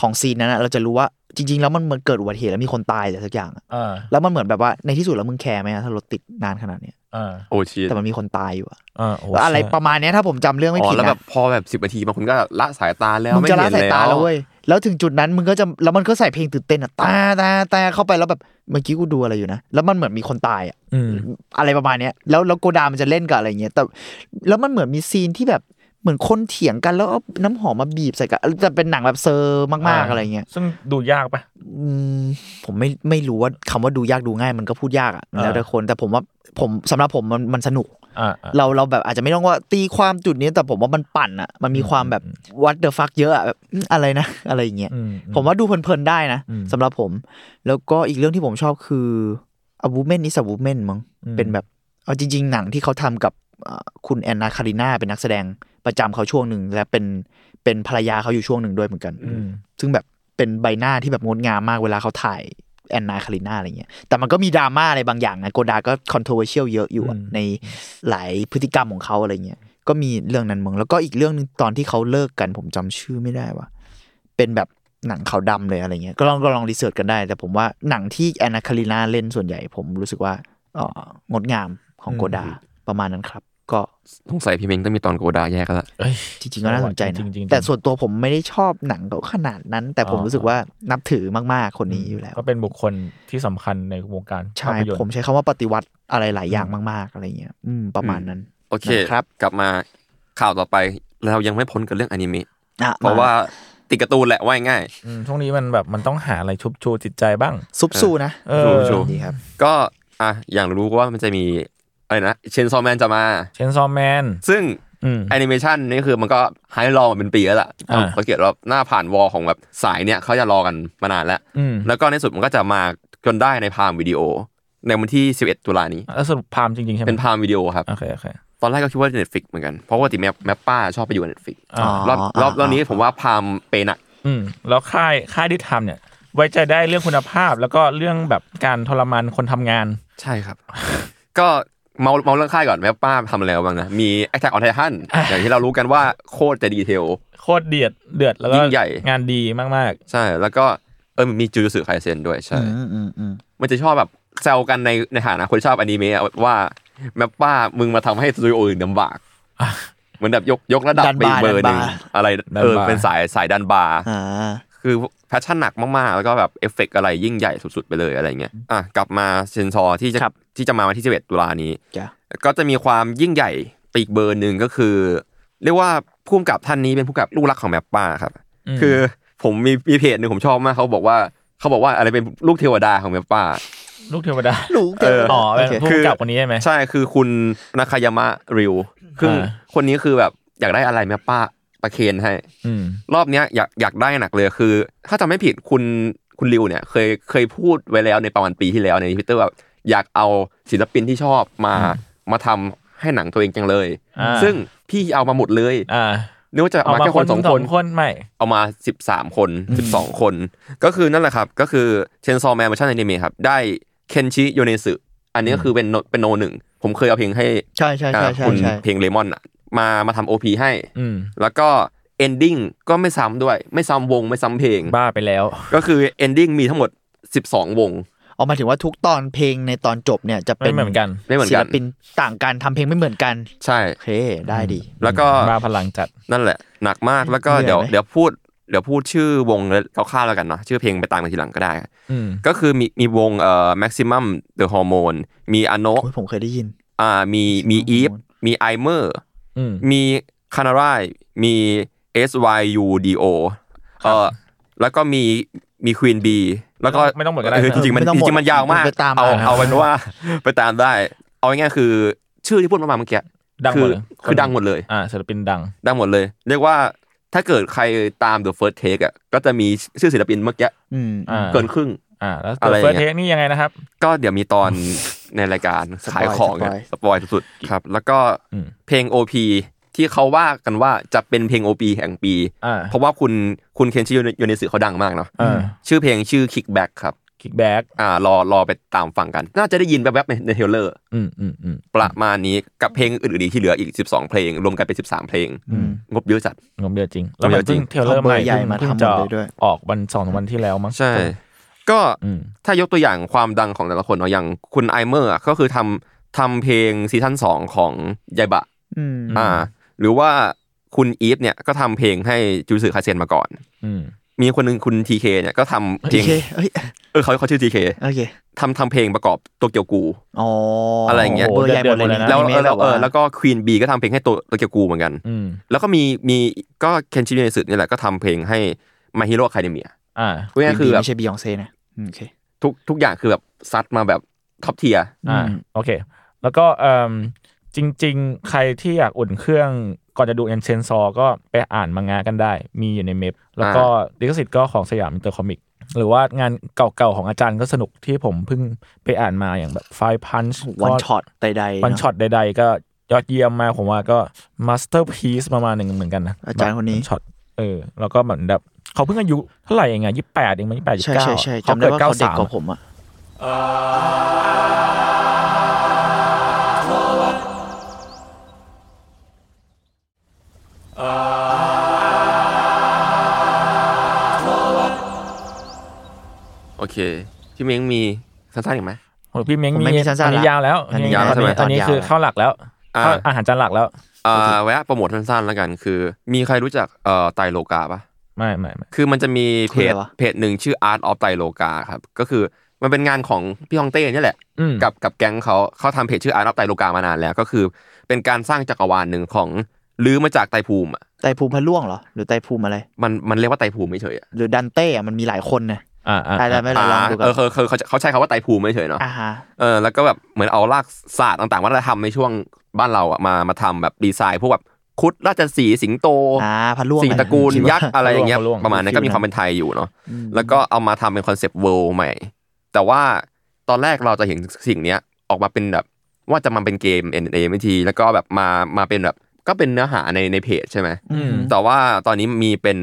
Speaker 4: ของซีนนั้นอะเราจะรู้ว่าจริง ๆ แล้วมันเหมือนเกิดอุบัติเหตุแล้วมีคนตายหรือสักอย่างอะ
Speaker 2: อ่า
Speaker 4: แล้วมันเหมือนแบบว่าในที่สุดแล้วมึงแคร์ไหมอะถ้ารถติดนานขนาดเนี้ย
Speaker 2: อ่า
Speaker 3: โอ้ชี
Speaker 4: แต่มันมีคนตายอยู่อะ
Speaker 2: อ่าโอ้
Speaker 4: อะไรประมาณเนี้ยถ้าผมจำเรื่องไม่
Speaker 3: อ๋อ
Speaker 4: ผิด
Speaker 3: แล้วแบ
Speaker 4: นะ
Speaker 3: บพอแบบสิบนาทีบางคนก็ละสายตาแล้ว
Speaker 4: มึง
Speaker 3: ไม่
Speaker 4: จะละ
Speaker 3: เห็น
Speaker 4: สาย
Speaker 3: แล้
Speaker 4: ตาว แล้วเว้ยแล้วถึงจุดนั้นมึงก็จะแล้วมันก็ใส่เพลงตื่นเต้นอะตาตาตาเข้าไปแล้วแบบเมื่อกี้กูดูอะไรอยู่นะแล้วมันเหมือนมีคนตายอะ
Speaker 2: อืม
Speaker 4: อะไรประมาณเนี้ยแล้วแล้วโกดามันจะเล่นกับอะไรเงี้ยแต่แล้วมันเหมือนมีซีนที่แบบ เหมือนคนเถียงกันแล้วเอาน้ำหอมมาบีบใส่กันแต่เป็นหนังแบบเซอร์มากๆอะไรเงี้ย
Speaker 2: ซึ่งดูยากปะ
Speaker 4: อืมผมไม่ไม่รู้ว่าคำว่าดูยากดูง่ายมันก็พูดยากอะ
Speaker 2: อ่า
Speaker 4: แล้วแต่คนแต่ผมว่าผมสำหรับผมมันมันสนุก
Speaker 2: อ่าอ่า
Speaker 4: เราเราแบบอาจจะไม่ต้องว่าตีความจุดนี้แต่ผมว่ามันปั่นอะมันมีความแบบ what the fuck เยอะอะแบบอืมอะไรนะ (laughs) อะไรอย่างเงี้ย
Speaker 2: อืม
Speaker 4: ผมว่าดูเพลินๆได้นะ
Speaker 2: อืม
Speaker 4: สำหรับผม แล้วก็อีกเรื่องที่ผมชอบคือ a woman is a woman มั้ง
Speaker 2: อืม
Speaker 4: เป็นแบบเอาจริง ๆ หนังที่เขาทำกับเอ่อคุณแอนนาคาริน่าเป็นนักแสดงประจำเขาช่วงหนึ่งและเป็นเป็นภรรยาเขาอยู่ช่วงหนึ่งด้วยเหมือนกัน
Speaker 2: อืม
Speaker 4: ซึ่งแบบเป็นใบหน้าที่แบบงดงามมากเวลาเขาถ่ายแอนนาคาริน่าอะไรเงี้ย แต่มันก็มีดราม่าอะไรบางอย่างนะโกดาก็ controversial เยอะอยู่อะ
Speaker 2: อืม
Speaker 4: ในหลายพฤติกรรมของเขาอะไรเงี้ย ก็มีเรื่องนั้นมึงแล้วก็อีกเรื่องหนึงตอนที่เขาเลิกกันผมจำชื่อไม่ได้ว่า เป็นแบบหนังขาวดำเลยอะไรเงี้ย ก็ลองก็ลองรีเสิร์ชกันได้ แต่ผมว่าหนังที่แอนนาคาริน่าเล่นส่วนใหญ่ผมรู้สึกว่าเอ่องดงามของโกดาประมาณนั้นครับ ก็
Speaker 3: สงสัยพี่เม้งต้องมีตอนโกดาแยกแล้วล่ะ
Speaker 2: เอ้ย
Speaker 4: จริงๆก็น่าสนใจนะ
Speaker 2: จริงๆจริงๆ
Speaker 4: แต่ส่วนตัวผมไม่ได้ชอบหนังเขาขนาดนั้น แต่ผมรู้สึกว่านับถือมากๆคนนี้อยู่แล้ว
Speaker 2: ก็เป็นบุคคลที่สำคัญในวงการภา
Speaker 4: ใช่
Speaker 2: พยนตร์
Speaker 4: ผมใช้คำว่าปฏิวัติอะไรหลายอย่างมาก ๆ อะไรเงี้ย อืม ประมาณนั้น
Speaker 3: โอเค
Speaker 4: นะครับ
Speaker 3: กลับมาข่าวต่อไปเรายังไม่พ้นกับเรื่องอนิเมะ
Speaker 4: อ่
Speaker 3: เพราะว่าติดการ์ตูนแหละว่ายง่าย
Speaker 2: อืมช่วงนี้มันแบบมันต้องหาอะไรชุบชูจิตใจบ้าง
Speaker 4: ซุปซูนะ
Speaker 2: เออ
Speaker 3: ซุปซู
Speaker 4: ดีครับ
Speaker 3: ก็อ่ะอย่างรู้ว่ามันจะมีอะไรนะเชนซอแมนจะมา
Speaker 2: เชนซอมแมน
Speaker 3: ซึ่ง
Speaker 2: อืม
Speaker 3: แอนิเมชันนี่คือมันก็ไฮรอมาเป็นปีแล้วล่ะ
Speaker 2: อ่า
Speaker 3: สังเกตว่าหน้าผ่านวอลของแบบสายเนี่ยเขาจะรอกันมานานแล้ว
Speaker 2: อืม
Speaker 3: แล้วก็ในสุดมันก็จะมาจนได้ในพามวิดีโอ ในวันที่ 11 ตุลานี้
Speaker 2: แล้วสรุปพามจริงๆใช่ไหม
Speaker 3: เป็นพามวิดีโอครับ
Speaker 2: โอเคโอเค
Speaker 3: ตอนแรกก็คิดว่า Netflix เหมือนกัน เพราะว่าติแมปแมปป้าชอบไปอยู่ Netflix
Speaker 2: อ่า
Speaker 3: รอบรอบรอบนี้ผมว่าพามเปหนัก
Speaker 2: อืมแล้วค่ายค่ายที่ทำเนี่ย ไว้ใจได้เรื่องคุณภาพแล้วก็เรื่องแบบการทรมานคนทำงาน
Speaker 3: ใช่ครับ ก็เมาเมาเรื่องค่ายก่อนแมปป้าทำอะไรบ้างนะ มี Attack on Titan อย่างที่เรารู้กันว่าโคตรจะดีเทล
Speaker 2: โคตรเดือดเดือดแล้วก็
Speaker 3: ยิ่งใหญ่
Speaker 2: งานดีมาก
Speaker 3: ใช่ แล้วก็เออมีจูจูสึไคเซนด้วยใช่
Speaker 4: อืมอืมอืม
Speaker 3: มันจะชอบแบบแซวกันในในฐานะคนชอบอนิเมะอะว่าแมปป้ามึงมาทำให้สตูดิโออื่นลำบาก
Speaker 2: อ่ะ
Speaker 3: เหมือนแบบยกยกระดับไปอีกเบอร์หนึ่งอะไร
Speaker 2: ดันบาร์
Speaker 3: เออเป็นสายสายดันบาร์
Speaker 4: อ่า
Speaker 3: คือแพชชั่นหนักมาก ๆ แล้วก็แบบเอฟเฟกต์อะไรยิ่งใหญ่สุด ๆ ไปเลยอะไรเงี้ย อ่ะ กลับมาเซนซอร์ที่จะ
Speaker 4: ครับ
Speaker 3: ที่จะมาวันที่ 11 ตุลานี้
Speaker 4: จ้ะ
Speaker 3: ก็จะมีความยิ่งใหญ่ไปอีกเบอร์หนึ่งก็คือ เรียกว่าผู้กำกับท่านนี้เป็นผู้กำกับลูกรักของแมปป้าครับ
Speaker 2: อืม
Speaker 3: คือผมมีมีเพจหนึ่งผมชอบมากเขาบอกว่าเขาบอกว่าอะไรเป็นลูกเทวดาของแมปป้า
Speaker 2: ๆ ลูกเทวดา
Speaker 4: ลูกเต๋อ
Speaker 2: อ๋อเป็น
Speaker 4: โเค
Speaker 2: ผู้
Speaker 3: คือ
Speaker 2: กำกับคนนี้ใช่ไหม
Speaker 3: ใช่คือคุณนาคายามะริวคือ
Speaker 2: อ่า
Speaker 3: คนนี้คือแบบอยากได้อะไรแมปป้าประเคนให้
Speaker 2: อืม
Speaker 3: รอบเนี้ยอยากอยากได้หนักเลยคือ ถ้าจำไม่ผิดคุณคุณริวเนี่ย เคยเคยพูดไว้แล้วในประมาณปีที่แล้วในทวิตเตอร์ว่าอยากเอาศิลปินที่ชอบมามาทำให้หนังตัวเองจังเลย
Speaker 2: อ่า
Speaker 3: ซึ่งพี่เอามาหมดเลย
Speaker 2: อ่า
Speaker 3: นึกว่าจะ
Speaker 2: เอา
Speaker 3: เอามา
Speaker 2: มา
Speaker 3: แค่
Speaker 2: ค
Speaker 3: คน น
Speaker 2: ส
Speaker 3: ส
Speaker 2: อ
Speaker 3: องง
Speaker 2: ค
Speaker 3: คน น
Speaker 2: ใหม่
Speaker 3: เอามา 13 คน 12 คน ก็คือนั่นแหละครับ ก็คือเชนซอแมนเวอร์ชันอนิเมะครับ ได้เคนชิโยเนสึอันนี้ก็คือเป็นโนเป็นโนหนึ่ง ผมเคยเอาเพลงให้
Speaker 4: ใช่ใช่ใช่
Speaker 3: อ่า
Speaker 4: ใช่
Speaker 3: คุณ
Speaker 4: ใช่
Speaker 3: เพลงเลมอนมามาทำโอพีให้
Speaker 2: อืม
Speaker 3: แล้วก็ ending ก็ไม่ซ้ำด้วย ไม่ซ้ำวงไม่ซ้ำเพลง
Speaker 2: บ้าไปแล้ว
Speaker 3: ก็คือ ending มีทั้งหมด 12 วง
Speaker 4: ออกมายถึงว่าทุกตอนเพลงในตอนจบเนี่ยจะเป็น
Speaker 2: ไม่เหมือนกัน
Speaker 3: ไม่เหมือนกัน
Speaker 4: ศิลปินต่างกันทำเพลงไม่เหมือนกัน
Speaker 3: ใช่
Speaker 4: โอเคได้ดี
Speaker 3: แล้วก็
Speaker 2: บ้าพลังจัด
Speaker 3: นั่นแหละ หนักมากแล้วก็
Speaker 4: เหนื่
Speaker 3: เดี๋ย
Speaker 4: อ
Speaker 3: วย
Speaker 4: ไหม
Speaker 3: เดี๋ยวพูดเดี๋ยวพูดชื่อวงแล้วคร่าวๆแล้วกันเนาะชื่อเพลงไปตามกันทีหลังก็ได้
Speaker 2: อืม
Speaker 3: ก็คือมีมีวงเอ่อ maximum the hormone มีอโน
Speaker 4: โอ้ยผมเคยได้ยิน
Speaker 3: อ่ามีมีอีฟมีไอเมอร์
Speaker 2: อืม
Speaker 3: มีคานาร่ายมี S Y U D O เออแล้วก็มีมีควีนบีแล้วก็
Speaker 2: ไม่ต้องหมดก็ได้
Speaker 3: เออจริงๆมัน
Speaker 4: ไม่ต้องหมด
Speaker 3: จริงๆมันยาวมาก
Speaker 4: ไปตาม
Speaker 3: เอา
Speaker 4: อ่ะ
Speaker 3: เอาเป็นว่า (laughs) ไปตามได้ เอาง่ายๆคือ ชื่อที่พูดมาเมื่อกี้
Speaker 2: ดังห
Speaker 3: คื
Speaker 2: มด
Speaker 3: อ
Speaker 2: เลย
Speaker 3: คือดังหมดเลย
Speaker 2: อ่าศิลปินดัง
Speaker 3: ดังหมดเลย เรียกว่าถ้าเกิดใครตาม The First Take อ่ะก็จะมีชื่อศิลปินเมื่อกี้
Speaker 4: อืม
Speaker 2: อ่า
Speaker 3: เกินครึ่ง
Speaker 2: อ่า แล้ว
Speaker 3: อะไร
Speaker 2: เฟิร์ส
Speaker 3: อย่าง
Speaker 2: เทค
Speaker 3: เงี้ย
Speaker 2: นี่ยังไงนะครับ
Speaker 3: ก็เดี๋ยวมีตอน (laughs) ในรายการขายของเนี่ยสปอยสุดๆครับ แล้วก็
Speaker 2: อืม
Speaker 3: เพลง OP ที่เขาว่ากันว่าจะเป็นเพลง OP แห่งปี
Speaker 2: อ่า
Speaker 3: เพราะว่าคุณคุณเคนชิโยเนสึเขาดังมากเนาะ
Speaker 2: อ่า
Speaker 3: ชื่อเพลงชื่อ Kickback ครับ
Speaker 2: คิกแบ็ก
Speaker 3: อ่ารอรอไปตามฟังกัน น่าจะได้ยินแวบๆในในเทรลเลอร์
Speaker 2: อืมอืมอืม
Speaker 3: ประมาณนี้กับเพลงอื่นๆอีกที่เหลืออีก 12 เพลง รวมกันเป็น 13 เพลง งบเยอะจัด
Speaker 2: งบเดือดจริง แล้วมัน
Speaker 3: จริ
Speaker 2: เพิ่ง
Speaker 3: ง
Speaker 2: เทรลเลอร์
Speaker 4: เอาเบ
Speaker 2: ใหม่
Speaker 4: อร์ใหญ่มา
Speaker 2: เพิ่ง
Speaker 4: ทำหม
Speaker 2: จะ
Speaker 4: ดเลยด้วย
Speaker 2: ออกวันสองวันที่แล้วมั้ง
Speaker 3: ใช่ ก็
Speaker 2: อืม
Speaker 3: ถ้ายกตัวอย่างความดังของแต่ละคนเนาะอย่างคุณไอเมอร์ก็คือทำทำเพลงซีซั่น2 ของยายบะ
Speaker 4: อืม
Speaker 2: ม
Speaker 3: อ่าหรือว่าคุณอีฟเนี่ยก็ทำเพลงให้จูสึคาเซนมาก่อน
Speaker 2: อืม
Speaker 3: มีคนหนึ่งคุณทีเคเนี่ยก็ทำเพล
Speaker 4: โอง เคเอ้ย
Speaker 3: เออเขาเขาชื่อทีเค
Speaker 4: โอเค
Speaker 3: ทำทำเพลงประกอบโตเกียวกู
Speaker 4: อ๋ออะไร
Speaker 3: อย่างเงี้ย
Speaker 4: ตัวใหญ่หมดเลยนะ
Speaker 3: แล้ว
Speaker 4: อนิ
Speaker 3: เออ
Speaker 4: เมะ
Speaker 3: แล้วเออ
Speaker 4: บบา
Speaker 3: แล้วก็ควีนบีก็ทำเพลงให้โตโตเกียวกูเหมือนกัน
Speaker 2: อืม
Speaker 3: แล้วก็มีมีก็เคนชิมิเนสึเนี่ยแหละก็ทำเพลงให้มาฮิโร่คาเดเมีย
Speaker 2: อ่า
Speaker 3: ก็ง่ายๆคือแบบ
Speaker 4: ไม่ใช่บียองเซ่นะอืมโอเค
Speaker 3: ทุกทุกอย่างคือแบบซัดมาแบบท็อปเทีย
Speaker 2: อ่า
Speaker 4: อืม
Speaker 2: โอเค แล้วก็เอิ่มจริง ๆ ใครที่อยากอุ่นเครื่องก่อนจะดูเอ็นเชนซอก็ไปอ่านมังงะกันได้ มีอยู่ในเมพแล้วก็ลิขสิทธิ์ก็ของสยามอินเตอร์คอมิก หรือว่างานเก่าๆ ของอาจารย์ก็สนุกที่ผมเพิ่งไปอ่านมาอย่างแบบไฟพันช์
Speaker 4: วันช็อตใดๆ
Speaker 2: วัน
Speaker 4: เะ
Speaker 2: ช็อตใดๆ ก็ยอดเยี่ยมมากผมว่าก็มาสเตอร์พีซประมาณหนึ่งเหมือนกันนะ
Speaker 4: อาจารย์คนนี้
Speaker 2: ช็อตเออแล้วก็เหมือนแบบเขาเพิ่งอายุเท่าไหร่เองอะยี่แปดเองมั้ยยี่แปดยี่
Speaker 4: ใช่
Speaker 2: เก้า
Speaker 4: ใช่ใช่จำได้
Speaker 2: เกิด
Speaker 4: ว่า
Speaker 2: เก้า
Speaker 4: เขาเด็ก
Speaker 2: สาม
Speaker 4: กว่าผมอ่ะ
Speaker 3: โอเคพี่เม้งมีสั้นๆอีกไหม
Speaker 2: โอ้พี่เม้ง
Speaker 4: ผม
Speaker 2: มี
Speaker 4: ไม่มีสั้น
Speaker 2: อั
Speaker 4: ๆ
Speaker 2: นี้
Speaker 4: ละ
Speaker 2: ยาวแล้ว
Speaker 4: อันนี้
Speaker 3: ยาวใช่ไหม
Speaker 2: อันนี้คือเข้าหลักแล้ว
Speaker 3: อ่า
Speaker 2: เข้าอาหารจานหลักแล้ว
Speaker 3: อ่าแวะโปรโมทสั้นๆแล้วกัน คือ มีใครรู้จักเอ่อไตรโลกาปะ
Speaker 2: ไม่ไม่ไม่
Speaker 3: คือมันจะมีเพ
Speaker 4: คือ
Speaker 3: จ
Speaker 4: อะไรวะ
Speaker 3: เพจหนึ่งชื่อ Art of ไตรโลกาครับ ก็คือมันเป็นงานของพี่ฮองเต้เนี่ยแหละ
Speaker 2: อืม
Speaker 3: กับกับแก๊งเขาเขาทำเพจชื่อ Art of ไตรโลกามานานแล้ว ก็คือ เป็นการสร้างจักรวาลหนึ่งของลื้อมาจากไตรภูมิอะ
Speaker 4: ไตรภูมิพระล่วงเหรอ หรือไตรภูมิอะไร
Speaker 3: มันมันเรียกว่าไตรภูมิไม่เฉยๆอะ
Speaker 4: หรือดันเต้อะมันมีหลายคนนะ
Speaker 2: อ่าอ่า
Speaker 4: ได้ได้ไม่ได้ลองดูกัน
Speaker 3: เออเขาเขาเขาใช้คำว่าไตรภูมิไม่เฉยๆเนาะ
Speaker 4: อ่าฮะ
Speaker 3: เออแล้วก็แบบเหมือนเอารากศาสตร์ต่างๆวัฒนธรรมในช่วงบ้านเราอะมามาทำแบบดีไซน์พวกแบบคุดราชสีห์สิงโต
Speaker 4: อ่าพระร่วง
Speaker 3: สีตระกูล
Speaker 4: อะไรอย่าง
Speaker 3: ยั
Speaker 4: เงี้ย
Speaker 3: กษ์อะไรอย่างเงี้ย
Speaker 4: พระร่วงพระ
Speaker 3: ป
Speaker 4: ร่วง
Speaker 3: ระมาณนั้น
Speaker 4: ฟิล
Speaker 3: ก็มี
Speaker 4: นั้น
Speaker 3: ความเป็นไทยอยู่เนาะแล้วก็เอามาทำเป็นคอนเซปต์เวิลด์ใหม่ แต่ว่าตอนแรกเราจะเห็นสิ่งเนี้ยออกมาเป็นแบบว่าจะมาเป็นเกม N A ไม่ทีแล้วก็แบบมามาเป็นแบบก็เป็นเนื้อหาในในเพจใช่ไหม
Speaker 2: อืม
Speaker 3: แต่ว่าตอนนี้มีเป็น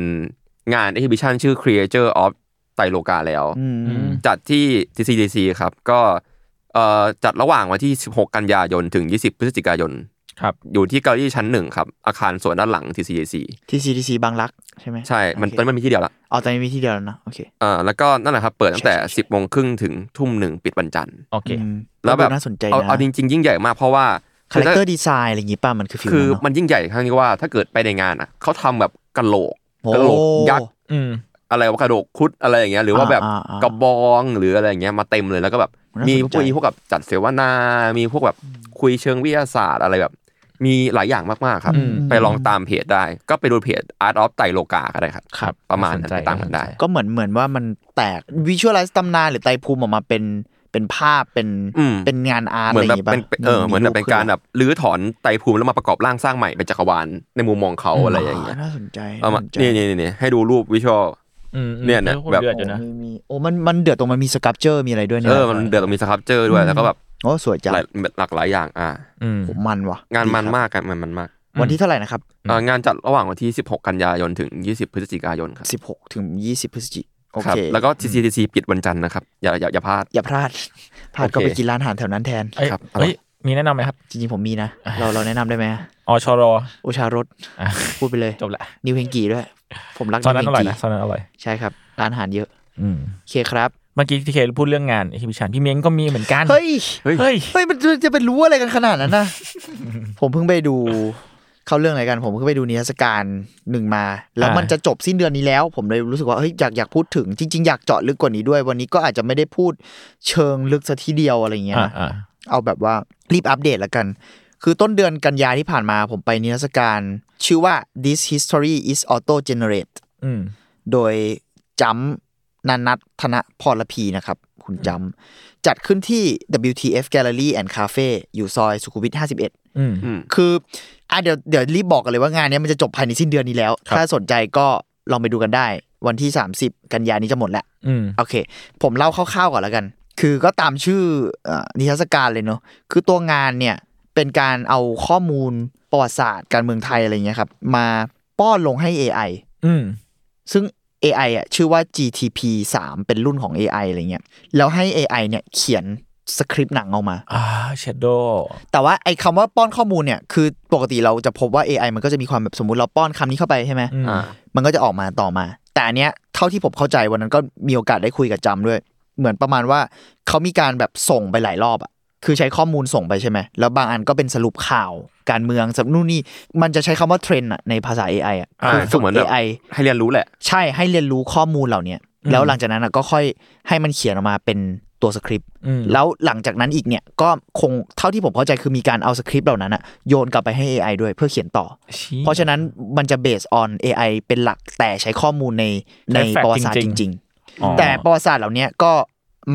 Speaker 3: งาน exhibition ชื่อ Creature of ไตโลกาแล้ว
Speaker 4: อืม
Speaker 3: จัดที่ TCDC ครับก็เอ่อจัดระหว่างวันที่ 16 กันยายนถึง 20 พฤศจิกายน
Speaker 2: ครับ
Speaker 3: อยู่ที่เกาหลีชั้นหนึ่งครับ อาคารสวนด้านหลัง TCDC
Speaker 4: ที่ CDC บางรักใช่ไหม
Speaker 3: ใช่ มัน
Speaker 4: โอ
Speaker 3: ตอน
Speaker 4: เค
Speaker 3: นี้มันมีที่เดียวละ
Speaker 4: เอาแต่มีที่เดียวแล้วนะโอเค
Speaker 3: อ่าแล้วก็นั่นแหละครับ เปิดตั้งแต่
Speaker 4: ใช่ใช่ใช่
Speaker 3: 10โมงครึ่งถึงทุ่มหนึ่งปิดวันจันทร์
Speaker 2: โอเค
Speaker 4: อืม
Speaker 3: แล้วแบบ
Speaker 4: ก็ดูน่าสนใจ
Speaker 3: เอาเอา
Speaker 4: นะ
Speaker 3: จริง ๆ ยิ่งใหญ่มากเพราะว่า
Speaker 4: คาแรคเตอร์
Speaker 3: ถ้
Speaker 4: ดีไซน์อะไรอย่างงี้ป่ะมันคือฟิล
Speaker 3: คือ
Speaker 4: มั
Speaker 3: มัน
Speaker 4: เนอะ
Speaker 3: นยิ่งใหญ่ครั้งนี้ว่าถ้าเกิดไปในงานอ่ะเขาทำแบบกะโหลก
Speaker 4: โอ้
Speaker 3: กะโหลกยักษ์
Speaker 2: อืม
Speaker 3: อะไรวะกระโหลกครุดอะไรอย่างเงี้ยหรือว่าแบบ
Speaker 4: อ่าอ่าก
Speaker 3: ระบองหรืออะไรอย่างเงี้ยมาเต็มเลยแล้วก็แบบ
Speaker 4: น่าสนใจ
Speaker 3: มีพวกนี้พวกกับจัดเสวนา มีพวกแบบคุยเชิงวิทยาศาสตร์อะไรแบบ มีหลายอย่างมากๆครับ ไปลองตามเพจได้ ก็ไปดูเพจ Art of ไตโลกาก็ได้ครับ
Speaker 2: ครับ
Speaker 3: ประมาณนั้
Speaker 2: ส
Speaker 3: น
Speaker 2: ใจ
Speaker 3: ไปตามกันได้
Speaker 2: สใจ
Speaker 4: ก็เหมือนเหมือนว่ามันแตกวิชวลไลซ์ตำนานหรือไตรภูมิออกมาเป็นเป็นภาพเป็น
Speaker 3: อืม
Speaker 4: เป็นงานอาร์ต
Speaker 3: เห
Speaker 4: อะ
Speaker 3: มือ
Speaker 4: ไร
Speaker 3: น
Speaker 4: อ
Speaker 3: แบ
Speaker 4: ย่า
Speaker 3: บ
Speaker 4: งงี้ป่ะ
Speaker 3: เป็นเออเหมือนแบบเป็นการแบบรื้อถอนไตรภูมิแล้วมาประกอบร่างสร้างใหม่เป็นจักรวาลในมุมมองเขาอะไรอย่างเงี้ย
Speaker 4: น่าสนใจ
Speaker 3: เอามา
Speaker 4: สใจ
Speaker 3: นี่นี่นี่ให้ดูรูปวิชวล
Speaker 2: อืมอืม
Speaker 3: เนี่ยนะ
Speaker 2: โอ้โห
Speaker 3: แบบ
Speaker 2: เดือดอยู่นะ
Speaker 4: โอ้มีมีโอ้มันมันเดือดตรงมันมีสกับเจอร์มีอะไรด้วย
Speaker 3: เอ
Speaker 4: เนี่ย
Speaker 3: อมันเดือดมีสครับเจอด้วยแล้วก็แบบ
Speaker 4: โอ้สวยจัง
Speaker 3: หลายหลากหลายอย่างอ่า
Speaker 2: อืม
Speaker 4: ผมมันว่ะ
Speaker 3: งานมัน
Speaker 4: ดีครับ
Speaker 3: มากกันมันมันมาก
Speaker 4: วันที่เท่าไหร่นะครับ
Speaker 3: เอ่องานจัดระหว่างวันที่ 16 กันยายนถึง 20 พฤศจิกายนครับ
Speaker 4: 16 ถึง 20 พฤศจิกโอ
Speaker 3: ครับ
Speaker 4: เค
Speaker 3: แล้วก็ TCTC ปิดวันจันทร์นะครับ อย่าอย่าอย่าพลาด
Speaker 4: อย่าพลาดพลาดก็
Speaker 3: โอเค
Speaker 4: ไปกินร้านอาหารแถวนั้นแทน
Speaker 2: เอ้ย
Speaker 3: ครับ
Speaker 2: เอ้ยมีแนะนำไหมครับ
Speaker 4: จริงๆ ผมมีนะ เราเราแนะนำได้ไหมอะ
Speaker 2: อชร
Speaker 4: โอชารส
Speaker 2: อ่ะ
Speaker 4: พูดไปเลย
Speaker 2: จบละ
Speaker 4: นิวเฮงกีด้วย ผมรัก
Speaker 2: ตอน
Speaker 4: นิว
Speaker 2: นั้นอง ร่
Speaker 4: เฮ
Speaker 2: อย
Speaker 4: กี
Speaker 2: นะตอนนั้นอร่อย
Speaker 4: ใช่ครับร้านอาหารเยอะ
Speaker 2: อืม
Speaker 4: โอเคครับ
Speaker 2: เมื่อกี้ที่เคพูดเรื่องงานที่พิชันพี่เม้งก็มีเหมือนกัน
Speaker 4: เฮ้ย
Speaker 3: เฮ้ย
Speaker 2: เฮ้ย
Speaker 4: เฮ้ย มันจะไปรู้อะไรกันขนาด
Speaker 2: (laughs)
Speaker 4: นั้นนะ ผมเพิ่งไปดูเข้าเรื่องอะไรกัน ผมเพิ่งไปดูนิทรรศการหนึ่งมา แล้วมันจะจบสิ้นเดือนนี้แล้ว ผมเลยรู้สึกว่าเฮ้ยอยากอยากพูดถึงจริง ๆ อยากเจาะลึกกว่านี้ด้วย วันนี้ก็อาจจะไม่ได้พูดเชิงลึกซะทีเดียวอะไรอย่างเงี้ย
Speaker 2: อ่า
Speaker 4: นะ
Speaker 2: อ่า
Speaker 4: เอาแบบว่ารีบอัปเดตละกัน คือต้นเดือนกันยาที่ผ่านมาผมไปนิทรรศการ ชื่อว่า this history is auto generate
Speaker 2: อืม
Speaker 4: โดยจำนันนัทธนพรพีนะครับ คุณจำจัดขึ้นที่ WTF Gallery and Cafe อยู่ซอยสุขุมวิท51
Speaker 2: อืม
Speaker 4: คืออ่ะเดี๋ยวเดี๋ยวรีบบอกกันเลยว่างานเนี้ยมันจะจบภายในสิ้นเดือนนี้แล้ว
Speaker 2: ครับ
Speaker 4: ถ้าสนใจก็ลองไปดูกันได้ วันที่ 30 กันยานี้จะหมดแล้ว
Speaker 2: อืม
Speaker 4: โอเค ผมเล่าคร่าวๆก่อนแล้วกัน คือก็ตามชื่อเอ่อนิทรรศการเลยเนาะ คือตัวงานเนี่ยเป็นการเอาข้อมูลประวัติศาสตร์การเมืองไทยอะไรเงี้ยครับ มาป้อนลงให้ AI
Speaker 2: อืม
Speaker 4: ซึ่ง AI อ่ะชื่อว่า GTP 3 เป็นรุ่นของ AI อะไรเงี้ย แล้วให้ AI เนี่ยเขียนสคริปต์หนังออกมา
Speaker 2: อ่าเชดโด
Speaker 4: แต่ว่าไอ้คำว่าป้อนข้อมูลเนี่ย คือปกติเราจะพบว่า AI มันก็จะมีความแบบสมมติเราป้อนคำนี้เข้าไปใช่ไหม
Speaker 2: อ่า
Speaker 4: มันก็จะออกมาต่อมา แต่อันเนี้ยเท่าที่ผมเข้าใจวันนั้นก็มีโอกาสได้คุยกับจำด้วย เหมือนประมาณว่าเขามีการแบบส่งไปหลายรอบอะ คือใช้ข้อมูลส่งไปใช่ไหม แล้วบางอันก็เป็นสรุปข่าวการเมืองสับนู่นนี่ มันจะใช้คำว่าเทรนด์อะในภาษา AI อ่ะ
Speaker 3: อ่า
Speaker 4: คื
Speaker 3: ก็
Speaker 4: ฝึก
Speaker 3: เหมือนแบบ
Speaker 4: AI
Speaker 3: ให้เรียนรู้แหละ
Speaker 4: ใช่ให้เรียนรู้ข้อมูลเหล่าเนี้ยแล้วหลังจากนั้นอะก็ค่อยให้มันเขียนออกมาเป็นตัวสคริปต์
Speaker 2: อืม
Speaker 4: แล้วหลังจากนั้นอีกเนี่ยก็คงเท่าที่ผมเข้าใจคือมีการเอาสคริปต์เหล่านั้นอะโยนกลับไปให้ AI ด้วยเพื่อเขียนต่อ เพราะฉะนั้นมันจะเบสออน AI เป็นหลักแต่ใช้ข้อมูลในใน
Speaker 2: ใช้ fact
Speaker 4: ประวัติศาสตร์
Speaker 2: จ
Speaker 4: จ
Speaker 2: ริงๆ
Speaker 4: ริง
Speaker 2: อ๋อ
Speaker 4: ๆ แต่ประวัติศาสตร์เหล่าเนี้ยก็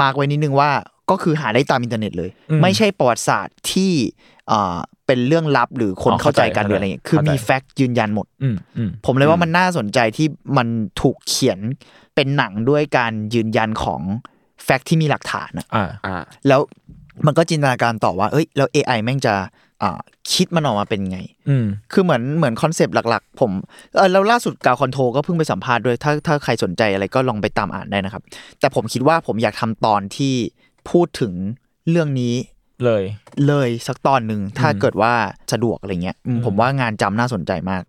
Speaker 4: มาร์กไว้นิดนึงว่าก็คือหาได้ตามอินเทอร์เน็ตเลย
Speaker 2: อืม
Speaker 4: ไม่ใช่ประวัติศาสตร์ที่เอ่อเป็นเรื่องลับหรือคน
Speaker 2: อ๋อ
Speaker 4: เข้า
Speaker 2: เข้าใจ
Speaker 4: ใจกันหรืออะไรเงี้ยคือ
Speaker 2: เข้าใจ
Speaker 4: มีแฟกต์ยืนยันหมด
Speaker 2: อืมอืม
Speaker 4: ผมเลยว่ามันน่าสนใจที่มันถูกเขียนเป็นหนังด้วยการยืนยันของแฟกต์ที่มีหลักฐานอะ
Speaker 2: อ่า
Speaker 3: อ่า
Speaker 4: แล้วมันก็จินตนาการต่อว่า เอ้ย แล้ว AI แม่งจะอ่าคิดมันออกมาเป็นไง
Speaker 2: อืม
Speaker 4: คือเหมือนเหมือนคอนเซปต์หลักๆ ผมเออแล้วล่าสุดกาวคอนโทรก็เพิ่งไปสัมภาษณ์ด้วย ถ้าถ้าใครสนใจอะไรก็ลองไปตามอ่านได้นะครับ แต่ผมคิดว่าผมอยากทำตอนที่พูดถึงเรื่องนี้
Speaker 2: เลย
Speaker 4: เลยสักตอนหนึ่งถ้าเกิดว่าสะดวกอะไรเงี้ยอืม
Speaker 2: อืม
Speaker 4: ผมว่างานจำน่าสนใจมาก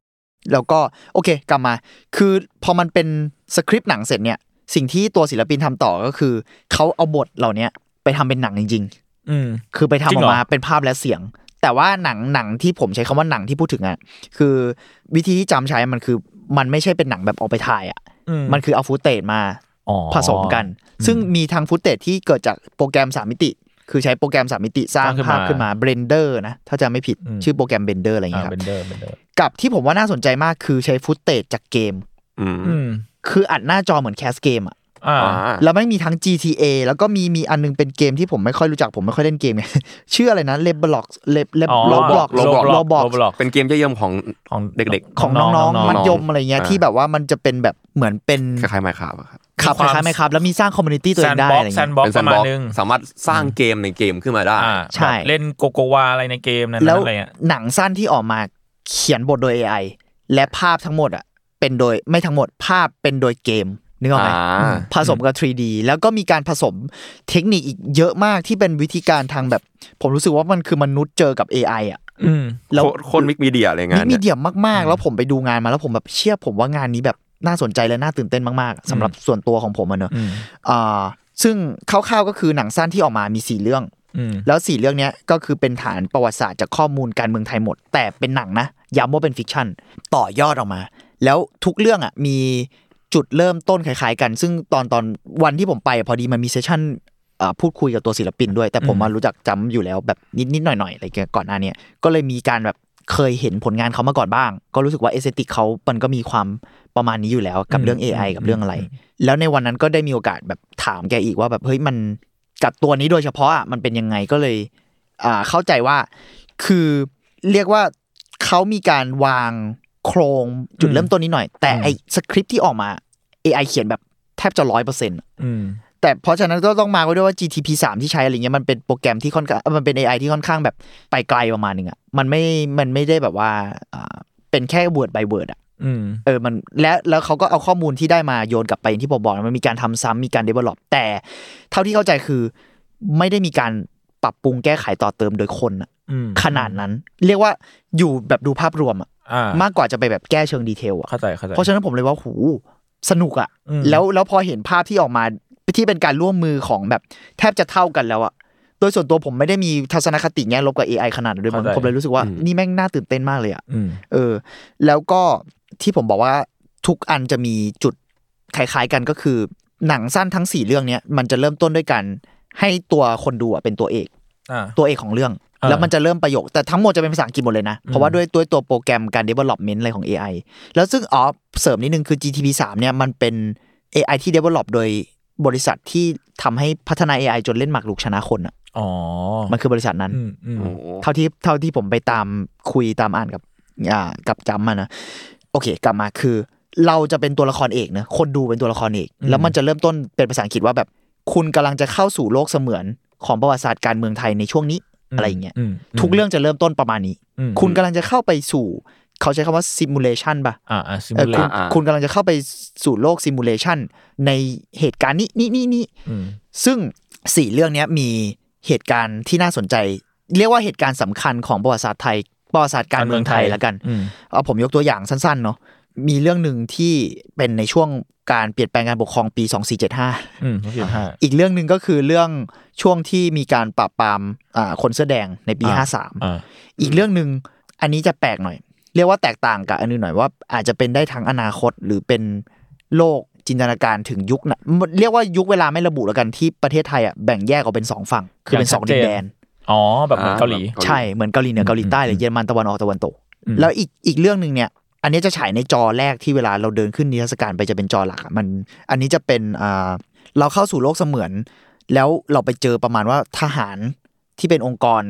Speaker 4: แล้วก็โอเคกลับมา คือพอมันเป็นสคริปต์หนังเสร็จเนี่ย สิ่งที่ตัวศิลปินทำต่อก็คือ เขาเอาบทเหล่าเนี้ยไปทำเป็นหนังจริง
Speaker 2: อืม
Speaker 4: ๆ คือไปทำอ
Speaker 2: จริงเหร
Speaker 4: อก
Speaker 2: อ
Speaker 4: มาเป็นภาพและเสียง แต่ว่าหนังหนังที่ผมใช้คำว่าหนังที่พูดถึงอะคือวิธีที่จำใช้มันคือมันไม่ใช่เป็นหนังแบบออกไปถ่ายอะ
Speaker 2: อืม
Speaker 4: มันคือเอาฟุตเตจมา
Speaker 2: อ๋อ
Speaker 4: ผสมกัน ซึ่งมีทั้งฟุตเตจที่เกิดจากโปรแกรม 3 มิติ คือใช้โปรแกรม 3 มิติสร้าง
Speaker 2: สร้างขึ้นมา
Speaker 4: ภาพขึ้นมาเบรนเดอร์นะ ถ้าจะไม่ผิด
Speaker 2: อืม
Speaker 4: ชื่อโปรแกรมเบรนเดอร์อะไรอย่าง
Speaker 2: อ่า
Speaker 4: เงี้ยค
Speaker 2: เบ
Speaker 4: รับ
Speaker 2: นเดอร์เบนเดอร์
Speaker 4: กับที่ผมว่าน่าสนใจมากคือใช้ฟุตเตจจากเกม
Speaker 3: อืม
Speaker 2: อืม
Speaker 4: คืออัดหน้าจอเหมือนแคสเกมอ่ะ
Speaker 2: อ่า
Speaker 3: อ่า
Speaker 4: แล้วไม่งมีทั้ง GTA แล้วก็มีมีอันนึงเป็นเกมที่ผมไม่ค่อยรู้จักผมไม่ค่อยเล่นเกมไง ชื่ออะไรนะเลบล็อกเลบเลบ
Speaker 2: อ๋อ
Speaker 4: โลบล็อก
Speaker 2: Roblox
Speaker 4: โลบล็อก
Speaker 2: Roblox
Speaker 3: เป็นเกมเยี่ยมของ
Speaker 2: ของ
Speaker 3: เด็ก
Speaker 4: ของน้องๆมัธยมอะไรเงี้ย
Speaker 3: อ่า
Speaker 4: ที่แบบว่ามันจะเป็นแบบเหมือนเป็น
Speaker 3: คล้ายๆไมค์ครับครับ
Speaker 4: ขับคล้ายๆไหมครับแล้วมีสร้างคอมมูนิตี้ตัว
Speaker 2: แซ
Speaker 4: เอน งได้
Speaker 2: บ็อ
Speaker 4: อะ
Speaker 2: ก
Speaker 4: ไรเงี้ย
Speaker 2: แซนบ็อก
Speaker 3: เป็น
Speaker 2: ป
Speaker 3: ซัน
Speaker 2: ระมาณ
Speaker 3: บล็อก
Speaker 2: นึง
Speaker 3: สามารถสร้างเกมในเกมขึ้นมาได้
Speaker 2: อ่า
Speaker 4: ใช่
Speaker 2: แบบเล่นโกโกวาอะไรในเกมนั้น
Speaker 4: แล้ว
Speaker 2: อะไรอ่ะ
Speaker 4: หนังสั้นที่ออกมาเขียนบทโดย AI และภาพทั้งหมดอ่ะเป็นโดยไม่ทั้งหมดภาพเป็นโดยเกมนึกออกไหม
Speaker 3: อ่า
Speaker 4: อืมผสมกับ 3D แล้วก็มีการผสมเทคนิคอีกเยอะมากที่เป็นวิธีการทางแบบ ผมรู้สึกว่ามันคือมนุษย์เจอกับ AI อ่ะ
Speaker 2: อืม
Speaker 4: แล้ว
Speaker 3: โคตรโคนมิกมีเดียอะไร
Speaker 4: นี่
Speaker 3: งาน
Speaker 4: มี
Speaker 3: เนี่ย
Speaker 4: เดียมากๆ แล้วผมไปดูงานมาแล้วผมแบบเชื่อผมว่างานนี้แบบน่าสนใจและน่าตื่นเต้นมากๆสำหรับส่วนตัวของผมอะเนอะ
Speaker 2: อืม
Speaker 4: อ่าซึ่งคร่าวๆก็คือหนังสั้นที่ออกมามีสี่เรื่อง
Speaker 2: อืม
Speaker 4: แล้วสี่เรื่องเนี้ยก็คือเป็นฐานประวัติศาสตร์จากข้อมูลการเมืองไทยหมด แต่เป็นหนังนะย้ำว่าเป็นฟิกชันต่อยอดออกมา แล้วทุกเรื่องอ่ะมีจุดเริ่มต้นคล้ายๆกัน ซึ่งตอนตอนวันที่ผมไปอะพอดีมันมีเซสชั่นเอ่อพูดคุยกับตัวศิลปินด้วย แต่ผม
Speaker 2: อืม
Speaker 4: มารู้จักจำอยู่แล้วแบบนิดๆหน่อยๆอะไรเงี้ยก่อนหน้าเนี้ยก็เลยมีการแบบเคยเห็นผลงานเขามาก่อนบ้าง ก็รู้สึกว่าเอสเตติกเขามันก็มีความประมาณนี้อยู่แล้ว กับเรื่อง AI กับเรื่องอะไร แล้วในวันนั้นก็ได้มีโอกาสแบบถามแกอีกว่าแบบเฮ้ยมันกับตัวนี้โดยเฉพาะอ่ะมันเป็นยังไงก็เลย อ่าเข้าใจว่าคือเรียกว่าเขามีการวางโครงจุด
Speaker 2: อืม
Speaker 4: เริ่มต้นนี้หน่อย แต่ไอสคริปต์ที่ออกมา AI เขียนแบบแทบจะร้อยเปอร์เซ็นต์
Speaker 2: อืม
Speaker 4: แต่เพราะฉะนั้นก็ต้องมาไว้ด้วยว่า GTP 3 ที่ใช้อะไรเงี้ยมันเป็นโปรแกรมที่ค่อนข้างเอ่อมันเป็น AI ที่ค่อนข้างแบบไปไกลประมาณหนึงอ่ะมันไม่มันไม่ได้แบบว่าอ่าเป็นแค่ word by word อ่ะ
Speaker 2: อืม
Speaker 4: เออ มัน และแล้วเขาก็เอาข้อมูลที่ได้มาโยนกลับไปอย่างที่ผมบอกนะมันมีการทำซ้ำมีการ develop แต่เท่าที่เข้าใจคือไม่ได้มีการปรับปรุงแก้ไขต่อเติมโดยคนอะ
Speaker 2: อืม
Speaker 4: ขนาดนั้น เรียกว่าอยู่แบบดูภาพรวมอะ
Speaker 2: อ่าม
Speaker 4: ากกว่าจะไปแบบแก้เชิงดีเทลอะ
Speaker 2: เข้าใจเข้าใจ
Speaker 4: เพราะฉะนั้นผมเลยว่าหูสนุกอะ
Speaker 2: อืม
Speaker 4: แล้วแล้วพอเห็นภาพที่ออกมาที่เป็นการร่วมมือของแบบแทบจะเท่ากันแล้วอะโดยส่วนตัวผมไม่ได้มีทัศนคติแง่ลบกับ AI ขนาดนั้นด้วยมั้งผมเลยรู้สึกว่านี่แม่งน่าตื่นเต้นมากเลยอะ
Speaker 2: อืม
Speaker 4: เออแล้วก็ที่ผมบอกว่าทุกอันจะมีจุดคล้ายๆกันก็คือ หนังสั้นทั้งสี่เรื่องเนี้ยมันจะเริ่มต้นด้วยการให้ตัวคนดูอะเป็นตัวเอก
Speaker 2: อ่า
Speaker 4: ตัวเอกของเรื่อง
Speaker 2: อ่า
Speaker 4: แล้วมันจะเริ่มประโยค แต่ทั้งหมดจะเป็นภาษาอังกฤษหมดเลยนะ เพราะว่าด้วยด้วยตัวโปรแกรมการ development อะไรของ AI แล้วซึ่งอ๋อเสริมนิดนึงคือ GTP 3เนี่ยมันเป็น AI ที่ develop โดยบริษัทที่ทำให้พัฒนา AI จนเล่นหมากรุกชนะคนอ่ะ
Speaker 2: อ๋อ
Speaker 4: มันคือบริษัทนั้น
Speaker 2: อืมอืม
Speaker 3: โอ้โห
Speaker 4: เท่าที่เท่าที่ผมไปตามคุยตามอ่านกับอ่ากับจำมานะโอเค กลับมาคือ เราจะเป็นตัวละครเอกนะคนดูเป็นตัวละครเอก
Speaker 2: อืม
Speaker 4: แล้วมันจะเริ่มต้นเป็นภาษาอังกฤษว่าแบบ คุณกำลังจะเข้าสู่โลกเสมือนของประวัติศาสตร์การเมืองไทยในช่วงนี้อะไรอย่างเงี้ย
Speaker 2: ม
Speaker 4: ทุกเรื่องจะเริ่มต้นประมาณนี้
Speaker 2: อืม
Speaker 4: คุณกำลังจะเข้าไปสู่ เขาใช้คำว่า simulation ป่ะ
Speaker 2: อ่าอ่าซิ
Speaker 4: เอ
Speaker 2: มู
Speaker 4: อ
Speaker 2: เล
Speaker 4: คุณ
Speaker 2: ต
Speaker 4: คุณกำลังจะเข้าไปสู่โลกซิมูเลชันในเหตุการณ์นี้นี่นี่นี่ซึ่งสี่เรื่องเนี้ยมีเหตุการณ์ที่น่าสนใจ เรียกว่าเหตุการณ์สำคัญของประวัติศาสตร์ไทยประวัติศาสตร์การเมืองไทยแล้วกัน
Speaker 2: อืม
Speaker 4: เอาผมยกตัวอย่างสั้นๆเนาะ มีเรื่องหนึ่งที่เป็นในช่วงการเปลี่ยนแปลงการปกครองปี 2475
Speaker 2: อืมสี่ห้า
Speaker 4: อีกเรื่องหนึ่งก็คือเรื่องช่วงที่มีการปราบปรามอ่าคนเสื้อแดงในปี
Speaker 2: อ่า
Speaker 4: 53
Speaker 2: อ่า
Speaker 4: อีกเรื่องหนึ่งอันนี้จะแปลกหน่อย เรียกว่าแตกต่างกับอันอื่นหน่อยว่าอาจจะเป็นได้ทั้งอนาคตหรือเป็นโลกจินตนาการถึงยุคนะเรียกว่ายุคเวลาไม่ระบุแล้วกันที่ประเทศไทยอ่ะแบ่งแยกออกเป็นสองฝั่ง คือเป็นสองดินแดน
Speaker 2: อ๋อ แบบเหมือนเกาหลี
Speaker 3: อ่า
Speaker 4: ใช่เหมือนเกาหลีเหนือเกาหลีใต้หรือเยอรมันตะวันออกตะวันตก
Speaker 2: อืม
Speaker 4: แล้วอีกอีกเรื่องหนึ่งเนี่ย อันนี้จะฉายในจอแรกที่เวลาเราเดินขึ้นนิทรรศการไปจะเป็นจอหลักอะมัน อันนี้จะเป็นอ่าเราเข้าสู่โลกเสมือน แล้วเราไปเจอประมาณว่าทหารที่เป็นองค์กร